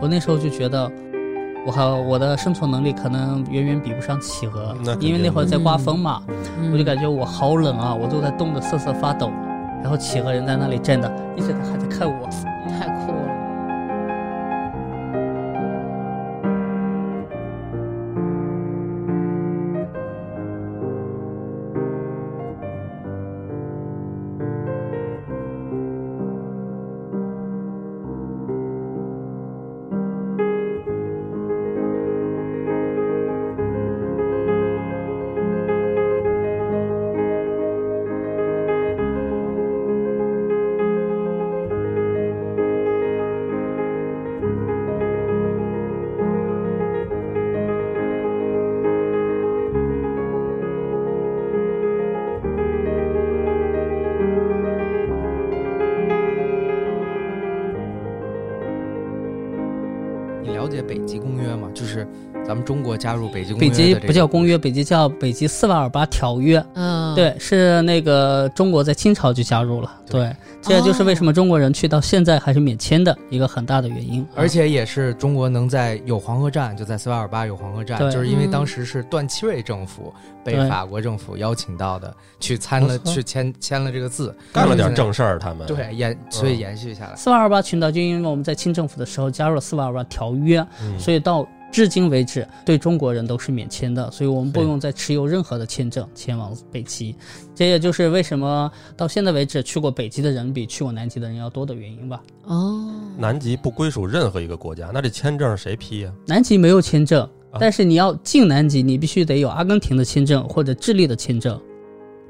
B: 我
C: 嗯
B: 那时候就觉得，我好，我的生存能力可能远远比不上企鹅
C: 那肯，定
B: 因为那会儿在刮风嘛。
A: 嗯
B: 我就感觉我好冷啊，我都在冻得瑟瑟发抖。然后企鹅人在那里站着，一直他还在看我。
A: 太酷了。
E: 解北极公约吗？就是咱们中国加入北极公
B: 北
E: 约的这
B: 极
E: 个
B: 不叫公约，北极叫北极斯瓦尔巴条约。
A: 嗯，，
B: 对，是那个中国在清朝就加入了，
E: 对
B: 对，这也就是为
A: 哦
B: 什么中国人去到现在还是免签的一个很大的原因。
E: 而且也是中国能在有黄河站，就在斯瓦尔巴有黄河站，
B: 对
E: 就是因为
A: 嗯
E: 当时是段祺瑞政府被
B: 对
E: 法国政府邀请到的，去参了
B: 没错
E: 去签签了这个字，
C: 干了点嗯正事儿，他们
E: 对延所以延续下来。
B: 斯瓦尔巴群岛就因为我们在清政府的时候加入了斯瓦尔巴条约，
C: 嗯
B: 所以到至今为止对中国人都是免签的，所以我们不
C: 是
B: 用再持有任何的签证前往北极。这也就是为什么到现在为止去过北极的人比去过南极的人要多的原因吧。
A: 哦，
C: 南极不归属任何一个国家，那这签证谁批呀、
B: 南极没有签证
C: 啊，
B: 但是你要进南极，你必须得有阿根廷的签证或者智利的签证。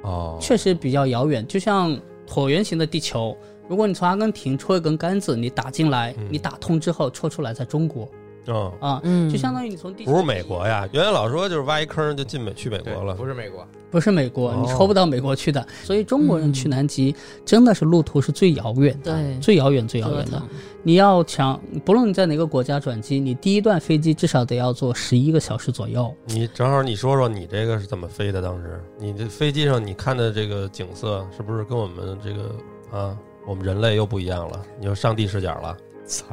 C: 哦，
B: 确实比较遥远，就像椭圆形的地球，如果你从阿根廷戳一根杆子，你打进来，
C: 嗯
B: 你打通之后戳出来在中国
C: 嗯，
B: 啊，
A: 嗯，
B: 就相当于你从地
C: 不是美国呀，原来老说就是挖一坑就进美去美国
E: 对，
C: 了，
E: 不是美国，
B: 不是美国，
C: 哦嗯
B: 你抽不到美国去的，所以中国人去南极真的是路途是最遥远的。
A: 对
B: 最遥远、最遥
A: 折
B: 远的
A: 腾，，
B: 你要想，不论你在哪个国家转机，你第一段飞机至少得要坐十一个小时左右。
C: 你正好你说说你这个是怎么飞的？当时你这飞机上你看的这个景色是不是跟我们这个啊，我们人类又不一样了？你又上帝视角了？
E: 操！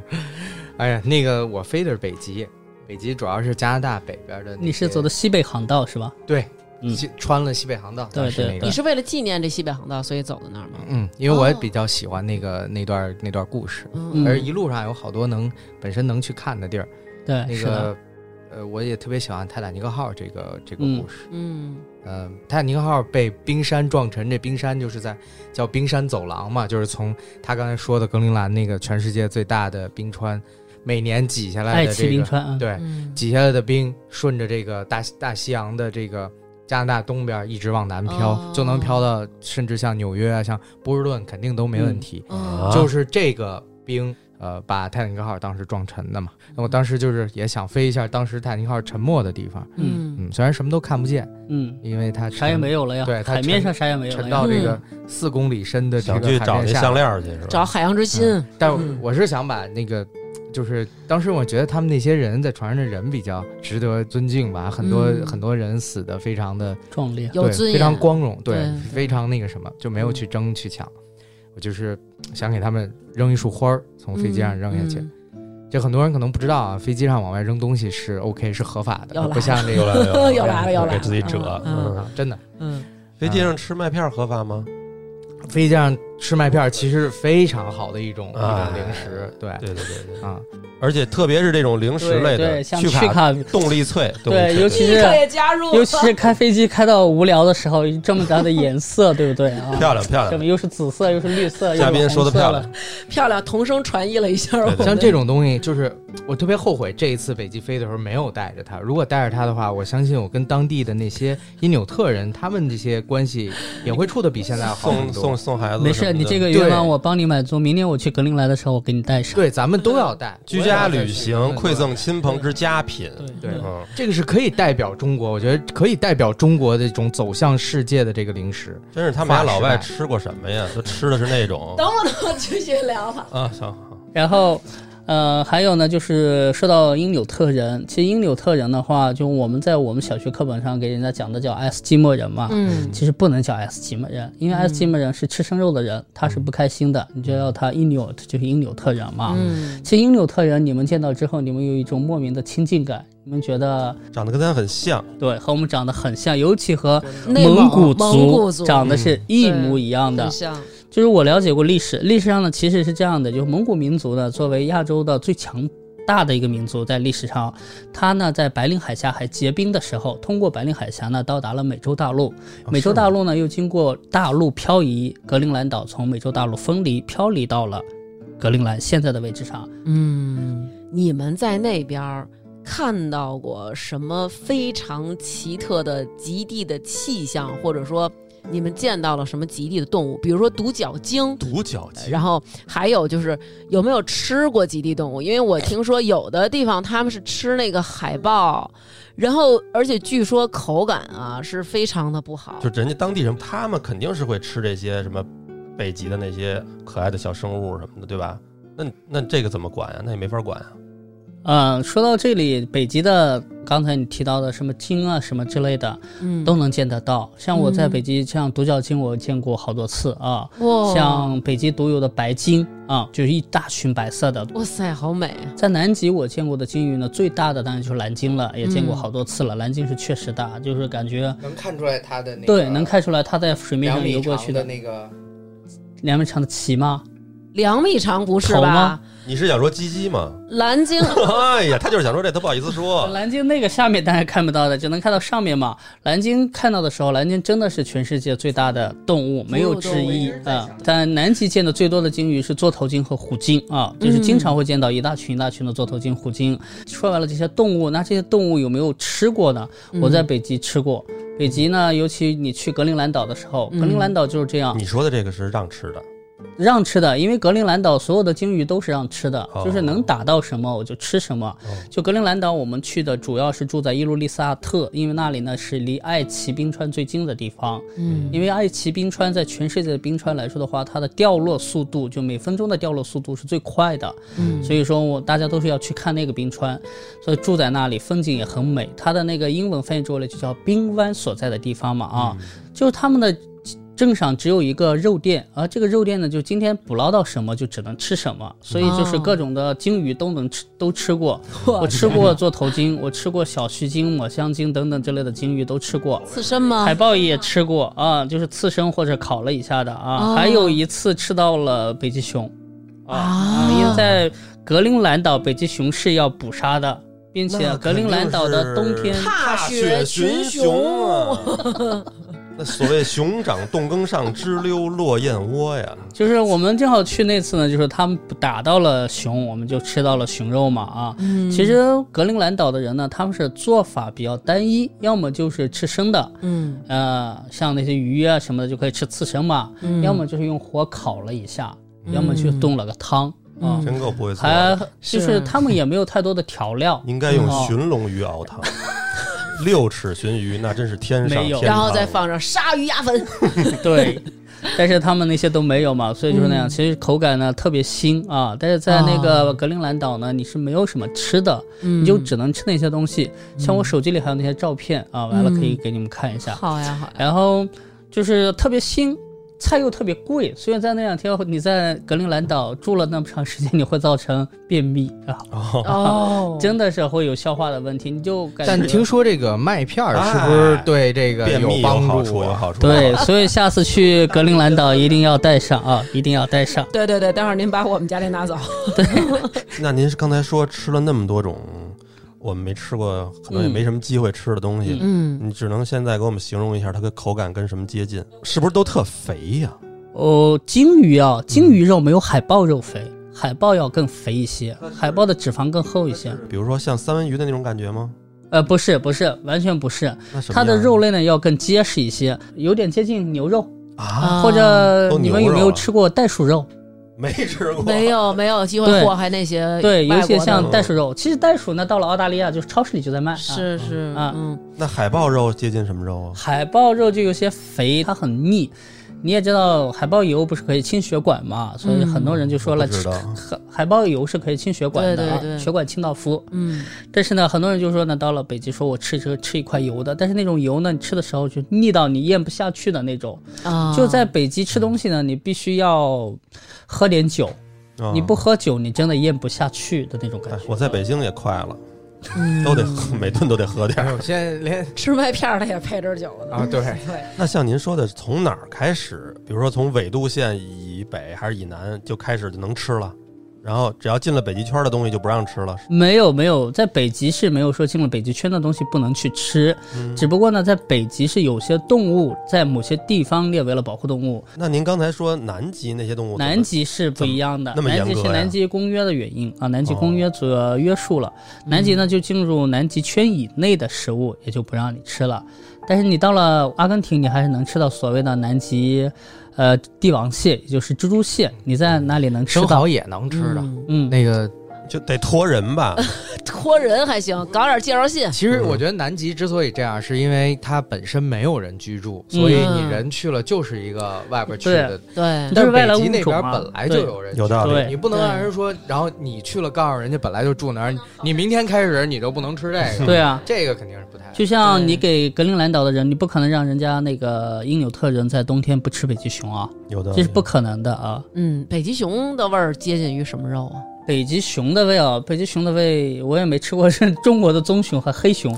E: 哎呀，那个我飞的是北极，北极主要是加拿大北边的那些。
B: 你是走的西北航道是吧？
E: 对，
B: 嗯
E: 西穿了西北航道，
B: 对
E: 当时
B: 对
E: 那个
A: 你是为了纪念这西北航道，所以走到那儿吗？
E: 嗯，因为我也
A: 哦
E: 比较喜欢那个那段那段故事，
A: 嗯
E: 而一路上有好多能本身能去看的地儿。
B: 对，
E: 那
B: 哎是的，
E: 个，呃，我也特别喜欢《泰坦尼克号》这个这个
B: 嗯
E: 故事。
A: 嗯
E: 嗯，泰坦尼克号》被冰山撞沉，这冰山就是在叫冰山走廊嘛，就是从他刚才说的格陵兰那个全世界最大的冰川，每年挤下来
B: 爱
E: 的
B: 奇
E: 这
B: 冰
E: 个，
B: 川，嗯，
E: 对，
A: 嗯
E: 挤下来的冰顺着这个大大西洋的这个加拿大东边一直往南飘，
A: 哦
E: 就能飘到甚至像纽约啊、像波士顿肯定都没问
B: 嗯
E: 题。
A: 哦
E: 就是这个冰，呃，把泰坦尼克号当时撞沉的嘛。那我当时就是也想飞一下当时泰坦尼克号沉没的地方，
A: 嗯
E: 嗯，虽然什么都看不见，
B: 嗯，
E: 因为它
B: 啥也
E: 沉
B: 没有了呀，
E: 对它
B: 海面上啥也没有了
E: 沉
B: 呀。
E: 到这个四公里深的这
C: 想
E: 个
C: 去
E: 海
C: 找
E: 面
C: 那
E: 下
C: 项链儿去是
A: 找
C: 吧？
A: 海洋之心，
E: 但
A: 嗯
E: 我是想把那个，就是当时我觉得他们那些人在船上的人比较值得尊敬吧，很多、
A: 嗯
E: 很多人死的非常的
B: 壮烈，
A: 有
E: 对
A: 尊严，
E: 非常光荣，对，
A: 对
E: 非常那个什么，就没有去争去抢。我就是想给他们扔一束花儿，从飞机上啊扔下去。
A: 嗯
E: 这很多人可能不知道啊，飞机上往外扔东西是 OK 是合法
A: 又来
E: 的，不像这
C: 又
E: 个
C: 来 了
A: 又来了又来了
C: 给自己折。
A: 嗯
C: 嗯，
E: 真的
A: 嗯
C: 飞机上吃麦片合法吗？
E: 飞机上吃麦片儿其实是非常好的一种、
C: 哎
E: 一种零食，对
C: 对对对对，
E: 啊，
C: 而且特别是这种零食类
B: 对
C: 的，
B: 对，像趣
C: 卡
B: 卡，
C: 动力脆，动力
B: 对
C: 脆
B: 尤其是立刻
A: 也加入
B: 尤其是开飞机开到无聊的时候，这么大的颜色，对不对啊？
C: 漂亮漂
B: 这
C: 亮
B: 么，又是紫色，又是绿色，
C: 嘉宾
B: 又是
C: 说
B: 红
C: 的
B: 色
C: 漂
B: 了
C: 亮，，
A: 漂亮，同声传译了一下我
C: 对
A: 们
C: 对
A: 的，
E: 像这种东西，就是我特别后悔这一次北极飞的时候没有带着它。如果带着它的话，我相信我跟当地的那些因纽特人，他们这些关系也会处的比现在要好
C: 送
E: 很多。
C: 送送孩子什么的，
B: 没事，你这个
E: 对
B: 愿望我帮你满足。明年我去格陵兰的时候，我给你带上。
E: 对，咱们都要带
C: 居家旅行馈赠亲朋
B: 对
C: 之佳品，
E: 对
C: 嗯，
E: 这个是可以代表中国，我觉得可以代表中国的这种走向世界的这个零食。
C: 真是他们家老外
E: 划时
C: 吃过什么呀？都吃的是那种
A: 能不能继续聊吧？
C: 啊，行好，
B: 然后，呃，还有呢，就是说到因纽特人，其实因纽特人的话，就我们在我们小学课本上给人家讲的叫爱斯基摩人嘛，
A: 嗯
B: 其实不能叫爱斯基摩人，因为爱斯基摩人是吃生肉的人，他是不开心的，你就要他因纽就是因纽特人嘛。
A: 嗯
B: 其实因纽特人，你们见到之后，你们有一种莫名的亲近感，你们觉得
C: 长得跟咱很像，
B: 对，和我们长得很像，尤其和
A: 内蒙
B: 古
A: 蒙古族嗯
B: 长得是一模一样的
A: 很。像，
B: 就是我了解过历史，历史上呢其实是这样的，就是蒙古民族呢作为亚洲的最强大的一个民族，在历史上，它呢在白令海峡还结冰的时候，通过白令海峡呢到达了美洲大陆，
E: 哦
C: 啊
B: 美洲大
C: 是吗
B: 陆呢又经过大陆漂移，格陵兰岛从美洲大陆分离漂离到了格陵兰现在的位置上。
A: 嗯，你们在那边儿看到过什么非常奇特的极地的气象，或者说你们见到了什么极地的动物，比如说独角鲸？
C: 独角鲸，
A: 然后还有就是有没有吃过极地动物？因为我听说有的地方他们是吃那个海豹，然后而且据说口感啊是非常的不好
C: 就。人家当地人，他们肯定是会吃这些什么北极的啊那些可爱的小生物什么的，对吧？那那这个怎么管呀、那也没法管呀、
B: 呃，说到这里，北极的刚才你提到的什么鲸啊什么之类的
A: 嗯，
B: 都能见得到。像我在
A: 嗯
B: 北极，像独角鲸我见过好多次啊，
E: 哦
A: 哇，
B: 像北极独有的白鲸啊，就是一大群白色的。
A: 哇塞，好美，
B: 在南极我见过的鲸鱼呢，最大的当然就是蓝鲸了，也见过好多次了。蓝鲸是确实大，就是感觉
E: 能看出来它的嗯那个
B: 对，能看出来它在水面
E: 两
B: 上游
E: 米
B: 过
E: 长
B: 去
E: 的
B: 的
E: 那个
B: 两米长的鳍吗？
A: 两米长不是
B: 头
A: 吧
B: 吗？
C: 你是想说鸡鸡吗？
A: 蓝鲸
C: 哎呀，他就是想说这，他不好意思说。
B: 蓝鲸那个下面大家看不到的，只能看到上面嘛。蓝鲸看到的时候，蓝鲸真的是全世界最大的动物，没有之一
E: 哺乳动物
B: 啊、但南极见的最多的鲸鱼是座头鲸和虎鲸啊，
E: 嗯
B: 就是经常会见到一大群一大群的座头鲸、虎鲸。说完了这些动物，那这些动物有没有吃过呢？
E: 嗯
B: 我在北极吃过。北极呢，尤其你去格陵兰岛的时候，
E: 嗯
B: 格陵兰岛就是这样，
C: 你说的这个是让吃的，
B: 让吃的，因为格陵兰岛所有的鲸鱼都是让吃的，
C: 哦
B: 就是能打到什么我就吃什么。
A: 哦
B: 就格陵兰岛，我们去的主要是住在伊路利萨特，因为那里呢是离爱奇冰川最近的地方。
A: 嗯，
B: 因为爱奇冰川在全世界的冰川来说的话，它的掉落速度就每分钟的掉落速度是最快的，
A: 嗯
B: 所以说我大家都是要去看那个冰川，所以住在那里风景也很美。它的那个英文翻译过来就叫冰湾所在的地方嘛啊，就是他们的镇上只有一个肉店，而这个肉店呢，就今天捕捞到什么就只能吃什么，所以就是
A: 哦
B: 各种的鲸鱼都能吃，都吃过。我吃过座头鲸，我吃过小须鲸、抹香鲸等等之类的鲸鱼都吃过。
A: 刺身吗
B: 海？豹也吃过啊，就是刺身或者烤了一下的啊。
A: 哦
B: 还有一次吃到了北极熊，啊，
A: 啊
B: 因为在格陵兰岛北极熊是要捕杀的，并且
C: 那
B: 格陵兰岛的冬天
C: 肯定是
A: 踏雪
C: 雪
A: 寻
C: 雄啊！ 那所谓熊掌动更上，支溜落燕窝呀。
B: 就是我们正好去那次呢，就是他们打到了熊，我们就吃到了熊肉嘛啊。其实格陵兰岛的人呢，他们是做法比较单一，要么就是吃生的，
A: 嗯
B: 呃，像那些鱼啊什么的就可以吃刺身嘛，要么就是用火烤了一下，要么就炖了个汤啊。
C: 真够不会做
B: 还
C: 的，
B: 就是啊是他们也没有太多的调 料，
C: 应该用
B: 哦
C: 鲟龙鱼熬汤。六尺鲟鱼那真是天上
B: 没有
C: 天堂，
A: 然 后再放上鲨鱼鸭粉，
B: 对， 但是他们那些都没有嘛，所以就是那样。其实口感呢特别腥嗯啊，嗯但是在那个格陵兰岛呢，你是没有什么吃的，你就只能吃那些东西。像我手机里还有那些照片啊，完了可以给你们看一下。
A: 好呀好呀，
B: 然后就是特别腥，菜又特别贵，所以在那两天你在格陵兰岛住了那么长时间，你会造成便秘啊，
A: 哦
B: 真的是会有消化的问题，你就感觉。
E: 但听说这个麦片儿
C: 哎
E: 是不是对这个
C: 便秘
E: 帮
C: 好
E: 助
C: 处，有
E: 啊？
C: 好处。
B: 对，所以下次去格陵兰岛一定要带上啊， 一定要带上。
A: 对对对，待会儿您把我们家这拿走。
C: 那您刚才说吃了那么多种我们没吃过，可能也
B: 嗯
C: 没什么机会吃的东西，
A: 嗯，
C: 你只能现在给我们形容一下它的口感跟什么接近，是不是都特肥呀？
B: 哦，鲸鱼啊，鲸鱼肉没有海豹肉肥，海豹要更肥一些，海豹的脂肪更厚一些。
C: 比如说像三文鱼的那种感觉吗？
B: 呃，不是，不是，完全不是，
C: 那什么
B: 它
C: 样
B: 的肉类呢要更结实一些，有点接近牛肉，
C: 啊，
B: 或者
C: 都
B: 你
C: 牛
B: 们有没
C: 肉
B: 有
C: 啊
B: 吃过袋鼠肉？
C: 没吃过，
A: 嗯没有没有机会
B: 对
A: 祸害那些
B: 对，尤
A: 呃外
B: 其
A: 国的
B: 像
C: 嗯
B: 袋鼠肉，其实袋鼠呢到了澳大利亚就是超市里就在卖，啊
A: 是是
B: 啊
A: 嗯
C: 那海豹肉接近什么肉啊？
B: 海豹肉就有些肥，它很腻。你也知道海豹油不是可以清血管嘛，所以很多人就说了，
C: 嗯不知
B: 吃
C: 道
B: 海海豹油是可以清血管的，啊
A: 对对对
B: 血管清道夫。
A: 嗯，
B: 但是呢，很多人就说呢，到了北极说我吃这个吃一块油的，但是那种油呢，你吃的时候就腻到你咽不下去的那种。
A: 啊，
B: 就在北极吃东西呢，你必须要喝点酒，
C: 啊
B: 你不喝酒你真的咽不下去的那种感
C: 哎
B: 觉。
C: 我在北京也快了，
B: 嗯
C: 都得喝，每顿都得喝点
E: 哎
C: 儿。
E: 呦，现在连
A: 吃麦片儿的也配点酒了
E: 啊，对，
C: 那像您说的，从哪儿开始？比如说从纬度线以北还是以南就开始就能吃了，然后只要进了北极圈的东西就不让吃了。
B: 没有没有，在北极是没有说进了北极圈的东西不能去吃，
C: 嗯
B: 只不过呢，在北极是有些动物在某些地方列为了保护动物，
C: 那您刚才说南极那些动物怎么，
B: 南极是不一样的，
C: 怎么那
B: 南
C: 么
B: 极
C: 严格
B: 是
C: 呀哦
B: 南极公约的原因啊，南极公约则约束了，
C: 嗯
B: 南极呢就进入南极圈以内的食物也就不让你吃了，但是你到了阿根廷，你还是能吃到所谓的南极，呃，帝王蟹，也就是蜘蛛蟹，你在那里能吃
E: 生
A: 嗯
B: 到，
E: 蚝也能吃的，
B: 嗯，
E: 那个
C: 就得托人吧？
A: 托人还行，搞点介绍信。
E: 其实我觉得南极之所以这样，是因为它本身没有人居住，所以你人去了就是一个外边去的。
B: 嗯
A: 对，
E: 但是北极那边本来就有人居
C: 有
E: 住，
C: 道理。
B: 对
E: 你不能让人说，然后你去了告诉人家本来就住哪儿，你你明天开始你就不能吃这个。
B: 对，啊，
E: 这个肯定是不太。
B: 就像你
A: 对
B: 给格陵兰岛的人，你不可能让人家那个因纽特人在冬天不吃北极熊啊，
C: 有的
B: 这是不可能的啊。
A: 嗯，北极熊的味儿接近于什么肉 啊？
B: 北极熊的味啊，北极熊的味我也没吃过，是中国的棕熊和黑熊，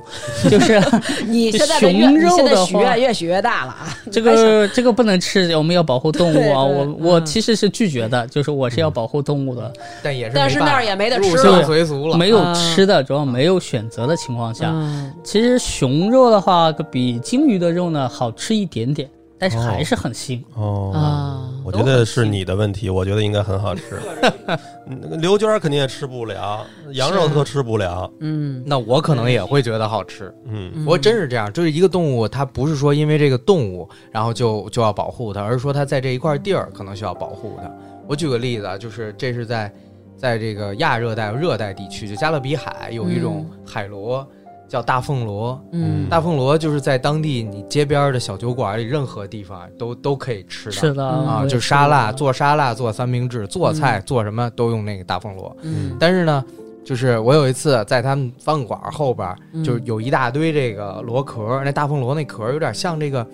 B: 就是
A: 你现在
B: 熊
A: 的越你
B: 肉
A: 现在
B: 的
A: 许
B: 话
A: 愿越许越大了啊！
B: 这个这个不能吃，我们要保护动物啊。
A: 对对
B: 我我
A: 嗯
B: 其实是拒绝的，就是我是要保护动物的，
E: 但也是没办
A: 但
E: 法，
A: 是那儿也没得
E: 入
A: 吃啊
E: 乡
A: 了。
E: 随俗了。
B: 没 有
A: 啊
B: 吃的，主要没有选择的情况下，
A: 嗯，
B: 其实熊肉的话比鲸鱼的肉呢好吃一点点，但是还是很腥。
E: 嗯
C: 哦
A: 啊
C: 我觉得是你的问题，我觉得应该很好吃。嗯刘娟儿肯定也吃不了，羊肉她都吃不了。
A: 嗯，
E: 那我可能也会觉得好吃。
C: 嗯，
A: 嗯
E: 我真是这样，就是一个动物，它不是说因为这个动物，然后就就啊要保护它，而是说它在这一块地儿可能需要保护它。我举个例子啊，就是这是在在这个亚热带、热带地区，就加勒比海有一种海螺叫大凤螺，
A: 嗯
E: 大凤螺就是在当地你街边儿的小酒馆里，任何地方都都可以吃的。
B: 是的
A: 嗯
E: 啊，
B: 我也
E: 就是沙拉
B: 的
E: 做沙拉做三明治做菜做什么都用那个大凤螺，
A: 嗯，
E: 但是呢，就是我有一次在他们饭馆后边儿，
A: 嗯
E: 就是有一大堆这个螺壳儿，那大凤螺那壳儿有点像这个，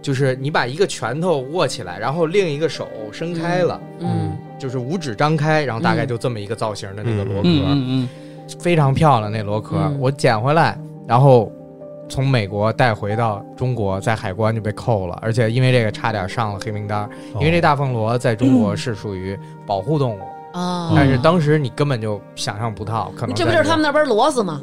E: 就是你把一个拳头握起来，然后另一个手伸开了，
A: 嗯
E: 就是五指张开，然后大概就这么一个造型的那个螺壳
B: 嗯
E: 儿，
B: 嗯
E: 非常漂亮那螺壳儿，
A: 嗯
E: 我捡回来，然后。从美国带回到中国，在海关就被扣了，而且因为这个差点上了黑名单儿。因
B: 哦
C: 哦
E: 为这大凤螺在中
A: 嗯
E: 国是属于保护动物，
A: 啊，
E: 但是当时你根本就想象不到，可能
A: 这不就是他们那边螺丝吗？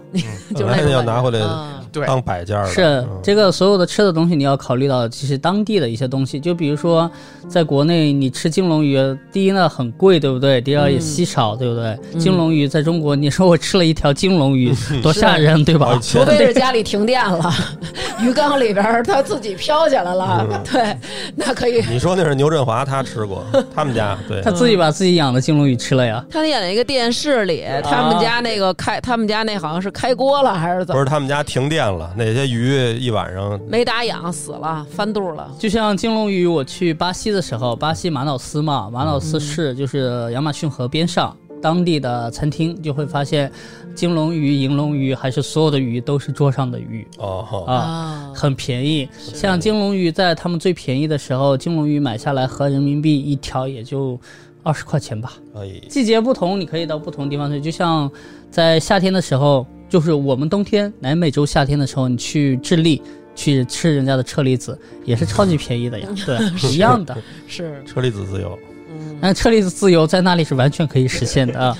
A: 就是
C: 本来
A: 那种
C: 要
A: 感觉
C: 拿回来
A: 啊
E: 对
C: 当摆件儿
B: 嗯，
C: 的
B: 是这个所有的吃的东西你要考虑到，其实当地的一些东西，就比如说在国内你吃金龙鱼，第一呢很贵，对不对？第二也
A: 嗯
B: 稀少，对不对？
A: 嗯
B: 金龙鱼在中国，你说我吃了一条金龙鱼，多吓人，对吧
C: 好？
A: 除
C: 千
A: 非是家里停电了， 鱼缸里边儿它自己飘起来了
C: 嗯，
A: 对，那可
E: 嗯
A: 以。
C: 你说那是牛振华，他吃过，他们家对
B: 他自己把自己养的金龙鱼吃了呀。
A: 他演了一个电视里，
E: 啊
A: 他们家那个开，他们家那好像是开锅了还是怎
C: 不
A: 么，
C: 是他们家停电了，那些鱼一晚上
A: 没打氧死了，翻肚了。
B: 就像金龙鱼，我去巴西的时候，巴西马瑙斯嘛，马瑙斯
A: 嗯
B: 市就是亚马逊河边上。当地的餐厅就会发现，金龙鱼、银龙鱼还是所有的鱼都是桌上的鱼
C: 哦，
B: 啊，
A: 啊
B: 很便宜。像金龙鱼在他们最便宜的时候，金龙鱼买下来合人民币一条也就二十块钱吧。
C: 可以
B: 季节不同，你可以到不同地方去。就像在夏天的时候，就是我们冬天南美洲夏天的时候，你去智利去吃人家的车厘子，也是超级便宜的呀，对，一样的。
A: 是，
C: 车厘子自由，
A: 嗯，
B: 但车厘子自由在那里是完全可以实现的啊。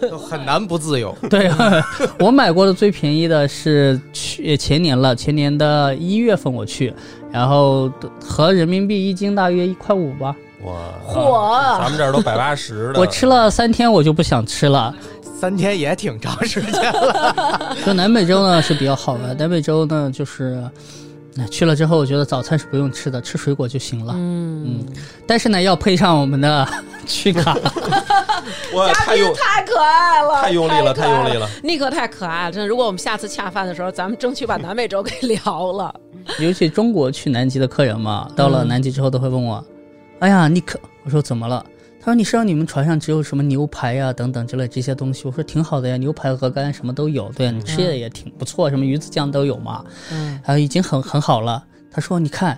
E: 就很难不自由。
B: 对，我买过的最便宜的是去呃前年了，前年的一月份我去，然后合人民币一斤大约一块五吧。
E: 啊
C: 哇，
A: 嚯，
C: 咱们这儿都百八十的，
B: 我吃了三天，我就不想吃了。
E: 三天也挺长时间了，
B: 就南美洲呢是比较好玩，南美洲呢就是，那去了之后，我觉得早餐是不用吃的，吃水果就行了。
A: 嗯，
B: 但是呢，要配上我们的 去卡。
C: 我太用
A: 太可爱了，
C: 太用力了，
A: 可
C: 太
A: 爱
C: 用力了，
A: 尼克太可爱了，真的。如果我们下次恰饭的时候，咱们争取把南美洲给聊了。
B: 尤其中国去南极的客人嘛，到了南极之后都会问我：“哎呀，尼克，我说怎么了？”他说：“你知道你们船上只有什么牛排呀、等等之类这些东西。”我说：“挺好的呀，牛排、鹅肝什么都有，对你吃的也挺不错，什么鱼子酱都有嘛，
A: 嗯，
B: 呃还有已经很很好了。”他说：“你看，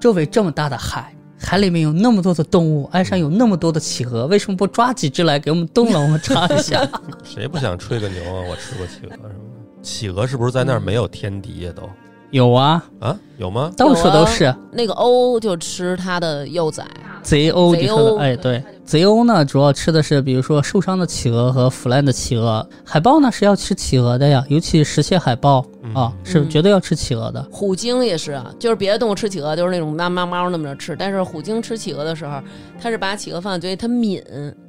B: 周围这么大的海。”海里面有那么多的动物，岸上有那么多的企鹅，为什么不抓几只来给我们冻了，我们尝一下？
C: 谁不想吹个牛啊？我吃过企鹅什么的，企鹅是不是在那
B: 嗯
C: 儿没有天敌呀？都
B: 有啊，
C: 啊，有吗？
B: 到处都是。
A: 那个欧就吃它的幼崽，
B: 贼鸥，
A: 贼
B: 你说
A: 鸥
B: 的，哎，对，贼鸥呢，主要吃的是比如说受伤的企鹅和腐烂的企鹅，海豹呢是要吃企鹅的呀，尤其是石蟹海豹啊，是
A: 嗯
B: 绝对要吃企鹅的。
A: 虎鲸也是啊，就是别的动物吃企鹅就是那种慢慢慢那么着吃，但是虎鲸吃企鹅的时候，它是把企鹅放在嘴里，它抿，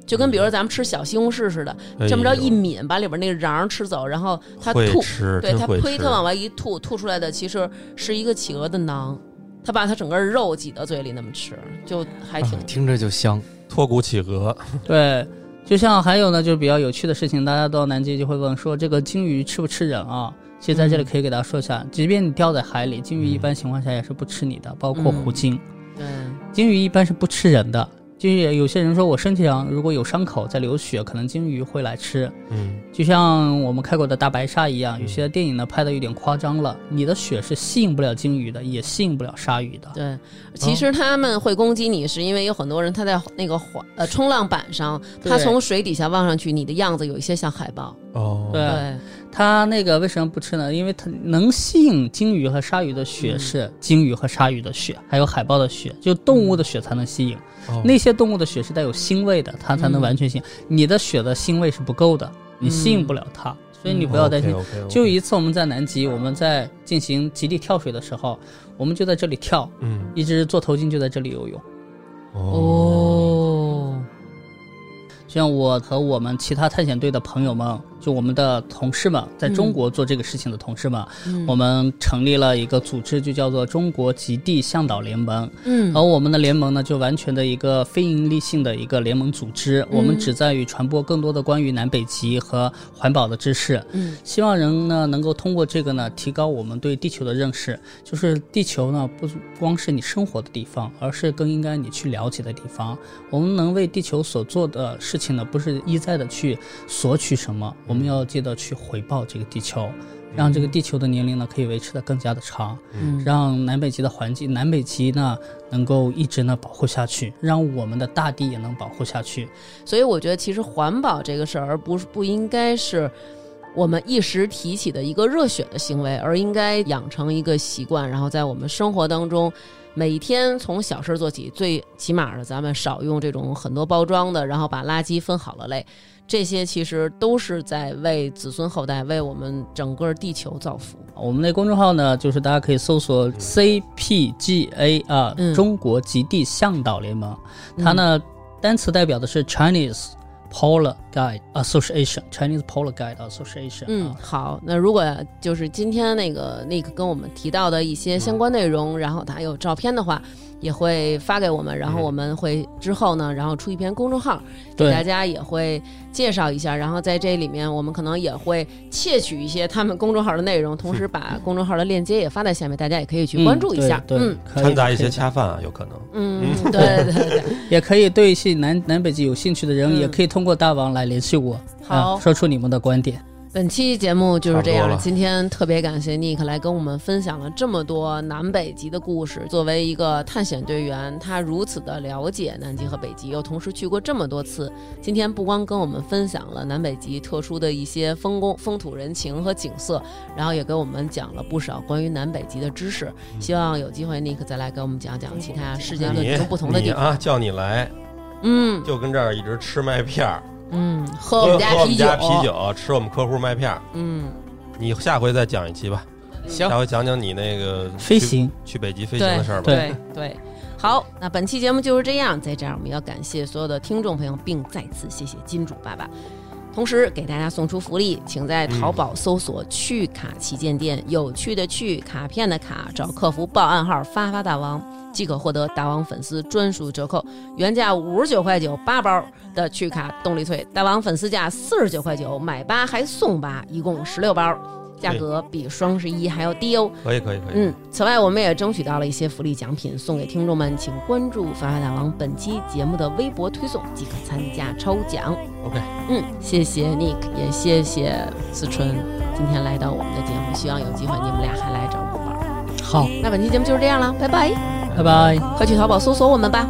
A: 就跟比如说咱们吃小西红柿似的，这么着一
C: 哎呦
A: 抿，把里边那个瓤吃走，然后它
C: 会
A: 吐，
C: 吃，
A: 对
C: 真
A: 它
C: 会
A: 呸，
C: 吃
A: 它往外一吐，吐出来的其实是一个企鹅的囊，它把它整个肉
E: 嗯
C: 嗯
A: 挤到嘴里那么吃，就还挺
E: 听着就香。
C: 脱骨企鹅，
B: 对，就像还有呢，就是比较有趣的事情，大家到南极就会问说这个鲸鱼吃不吃人啊？其实在这里可以给大家说一下，即便你掉在海里，鲸鱼一般情况下也是不吃你的，包括
A: 嗯
B: 虎鲸。
A: 对，
B: 鲸鱼一般是不吃人的，就是有些人说我身体上如果有伤口在流血，可能鲸鱼会来吃。
C: 嗯
B: 就像我们看过的大白鲨一样，
C: 嗯
B: 有些电影呢拍的有点夸张了，你的血是吸引不了鲸鱼的，也吸引不了鲨鱼的。
A: 对，
B: 嗯
A: 其实他们会攻击你，是因为有很多人他在那个滑呃冲浪板上，
B: 对
A: 他从水底下望上去，你的样子有一些像海豹。
C: 哦，
B: 对
A: 对，
B: 它那个为什么不吃呢？因为它能吸引鲸鱼和鲨鱼的血
A: 嗯
B: 是鲸鱼和鲨鱼的血，还有海豹的血，就动物的血才能吸引。
C: 哦
B: 那些动物的血是带有腥味的，它才
A: 嗯
B: 能
A: 嗯
B: 完全吸引。你的血的腥味是不够的，你吸引不了它，所以你不要
A: 哦
B: 担心。
C: OK，OK，OK，
B: 就一次我们在南极，我们在进行极地跳水的时候，我们就在这里跳，
C: 嗯
B: 一只座头鲸就在这里游泳。
A: 哦，
B: 像我和我们其他探险队的朋友们，就我们的同事们，在中国做这个事情的同事们，
A: 嗯
B: 我们成立了一个组织，就叫做中国极地向导联盟。
A: 嗯
B: 而我们的联盟呢，就完全的一个非营利性的一个联盟组织，我
A: 嗯
B: 们旨在于传播更多的关于南北极和环保的知识。
A: 嗯
B: 希望人呢能够通过这个呢，提高我们对地球的认识。就是地球呢，不光是你生活的地方，而是更应该你去了解的地方。我们能为地球所做的事情呢，不是一再的去索取什么，我们要记得去回报这个地球，让这个地球的年龄呢可以维持的更加的长，
A: 嗯
B: 让南北极的环境，南北极呢能够一直呢保护下去，让我们的大地也能保护下去。
A: 所以我觉得其实环保这个事儿，而不是不应该是我们一时提起的一个热血的行为，而应该养成一个习惯，然后在我们生活当中。每天从小事做起，最起码的，咱们少用这种很多包装的，然后把垃圾分好了类，这些其实都是在为子孙后代、为我们整个地球造福。
B: 我们的公众号呢，就是大家可以搜索 CPGA 啊、
A: 嗯
B: 中国极地向导联盟。它呢，单词代表的是 Chinese Polar Guide Association Chinese Polar Guide Association 啊。
A: 嗯，好，那如果就是今天那个那个跟我们提到的一
B: 嗯
A: 些相关内容，然后它有照片的话，也会发给我们，然后
C: 嗯
A: 我们会之后呢，然后出一篇公众号，给大
B: 对，
A: 家也会介绍一下，然后在这里面我们可能也会窃取一些他们公众号的内容，同时把公众号的链接也发在下面，大家也可以去关注一下，
B: 对，对
A: 嗯。
B: 可以
C: 掺杂一些
B: 可以
C: 恰饭啊，有可能。
A: 嗯，对对 对，
B: 也可以对一些南南北极有兴趣的人，
A: 嗯
B: 也可以通过大王来联系我，
A: 好
B: 啊，说出你们的观点。
A: 本期节目就是这
C: 差不多
A: 样。
C: 了
A: 今天特别感谢 Nick 来跟我们分享了这么多南北极的故事。作为一个探险队员，他如此的了解南极和北极，又同时去过这么多次。今天不光跟我们分享了南北极特殊的一些风工、风土人情和景色，然后也给我们讲了不少关于南北极的知识。希望有机会 Nick 再来给我们讲讲其他世界各
C: 嗯你
A: 地不同的
C: 你
A: 地方。
C: 啊，叫你来
A: 嗯
C: 就跟这儿一直吃麦片儿，
A: 嗯，喝
C: 喝
A: 我们
C: 喝
A: 家
C: 我
A: 啤
C: 们
A: 酒，
C: 家啤酒，吃我们客户麦片儿。
A: 嗯，
C: 你下回再讲一期吧，
E: 行
C: 下，回讲讲你那个
B: 飞
C: 去
B: 行，
C: 去北极飞行的事儿吧。
A: 对对，好，那本期节目就是这样，在这儿我们要感谢所有的听众朋友，并再次谢谢金主爸爸。同时给大家送出福利，请在
C: 嗯
A: 淘宝搜索“趣卡旗舰店”，有趣的趣，卡片的卡，找客服报暗号“发发大王”，即可获得大王粉丝专属折扣，原价五十九块九八包的趣卡动力脆，大王粉丝价四十九块九，买八还送八，一共十六包，价格比双十一还要低哦。
C: 可以可以可以。
A: 嗯，此外，我们也争取到了一些福利奖品送给听众们，请关注“发发大王”本期节目的微博推送即可参加抽奖。
C: OK
A: 嗯，谢谢 Nick，也谢谢思春今天来到我们的节目，希望有机会你们俩还来找我玩儿。
B: 好，
A: 那本期节目就是这样了，拜拜，
B: 拜拜。
A: 快去淘宝搜索我们吧。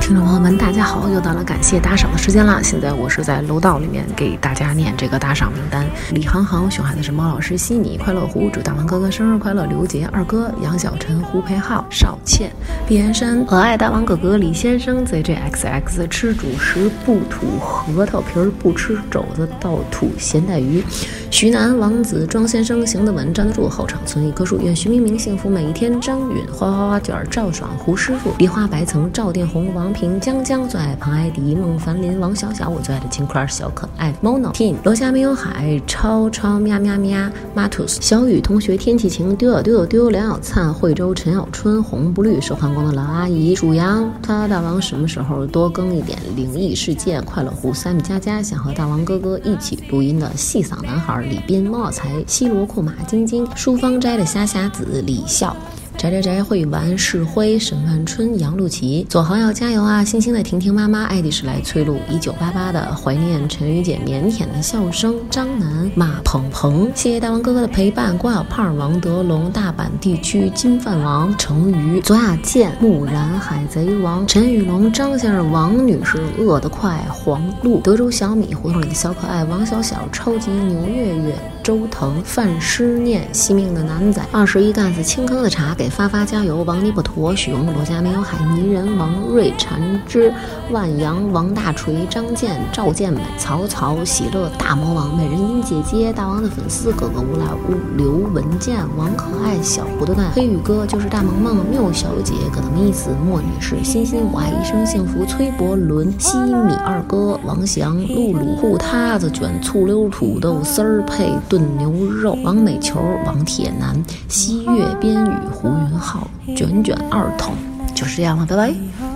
F: 听众朋友们，大家好，又到了感谢打赏的时间了。现在我是在楼道里面给大家念这个打赏名单：李航航、熊孩子是猫老师、悉尼、快乐虎、祝大王哥哥生日快乐、刘杰、二哥、杨小晨、胡培浩、邵倩、毕延山、可爱大王哥哥、李先生、ZJXX 吃主食不吐核桃皮儿，不吃肘子，倒吐咸带鱼。徐楠、王子、庄先生、行得稳、站得住、后场村一棵树、愿徐明明幸福每一天、张允、花花花卷、赵爽、胡师傅、梨花白层、赵殿红、王平、江江最爱庞艾迪、孟凡林、王小小我最爱的青块小可爱、Mono、Tin、罗家没有海、超超喵喵喵、Matus、小雨同学、天气晴、丢啊丢丢丢、梁小灿、惠州陈小春、红不绿、手汗光的老阿姨、属羊、他大王什么时候多更一点《灵异事件》、快乐湖、Sam 佳佳想和大王哥哥一起录音的细嗓男孩、李斌、猫小才、西罗库马、晶晶、书芳斋的虾虾子、李笑。宅宅宅会玩世辉、沈万春、杨露琪、左航要加油啊！星星的婷婷妈妈、爱丽是来催路、一九八八的啊怀念、陈雨姐腼腆的笑声、张楠、马鹏鹏，谢谢大王哥哥的陪伴。郭小胖、王德龙、大阪地区金饭王、成鱼、左亚健、木然、海贼王、陈宇龙、张先生、王女士、饿得快、黄璐、德州小米、胡同里的小可爱、王小小、超级牛月月、周腾、范诗念、惜命的男仔、二十一干子、青坑的茶给。发发加油！王尼布陀、许荣、罗家没有海泥人、王瑞、禅之、万阳、王大锤、张健、赵健美、曹操、喜乐、大魔王、美人音姐姐、大王的粉丝、哥哥无赖物、刘文健、王可爱、小糊涂蛋、黑羽哥就是大萌萌、缪小姐、葛的意思、莫女士、欣欣我爱一生幸福、崔伯伦、西米二哥、王翔、露露、裤塌子卷醋溜土豆丝儿配炖牛肉、王美球、王铁男、西月边雨、胡。云浩卷卷二筒，就是这样了，拜拜。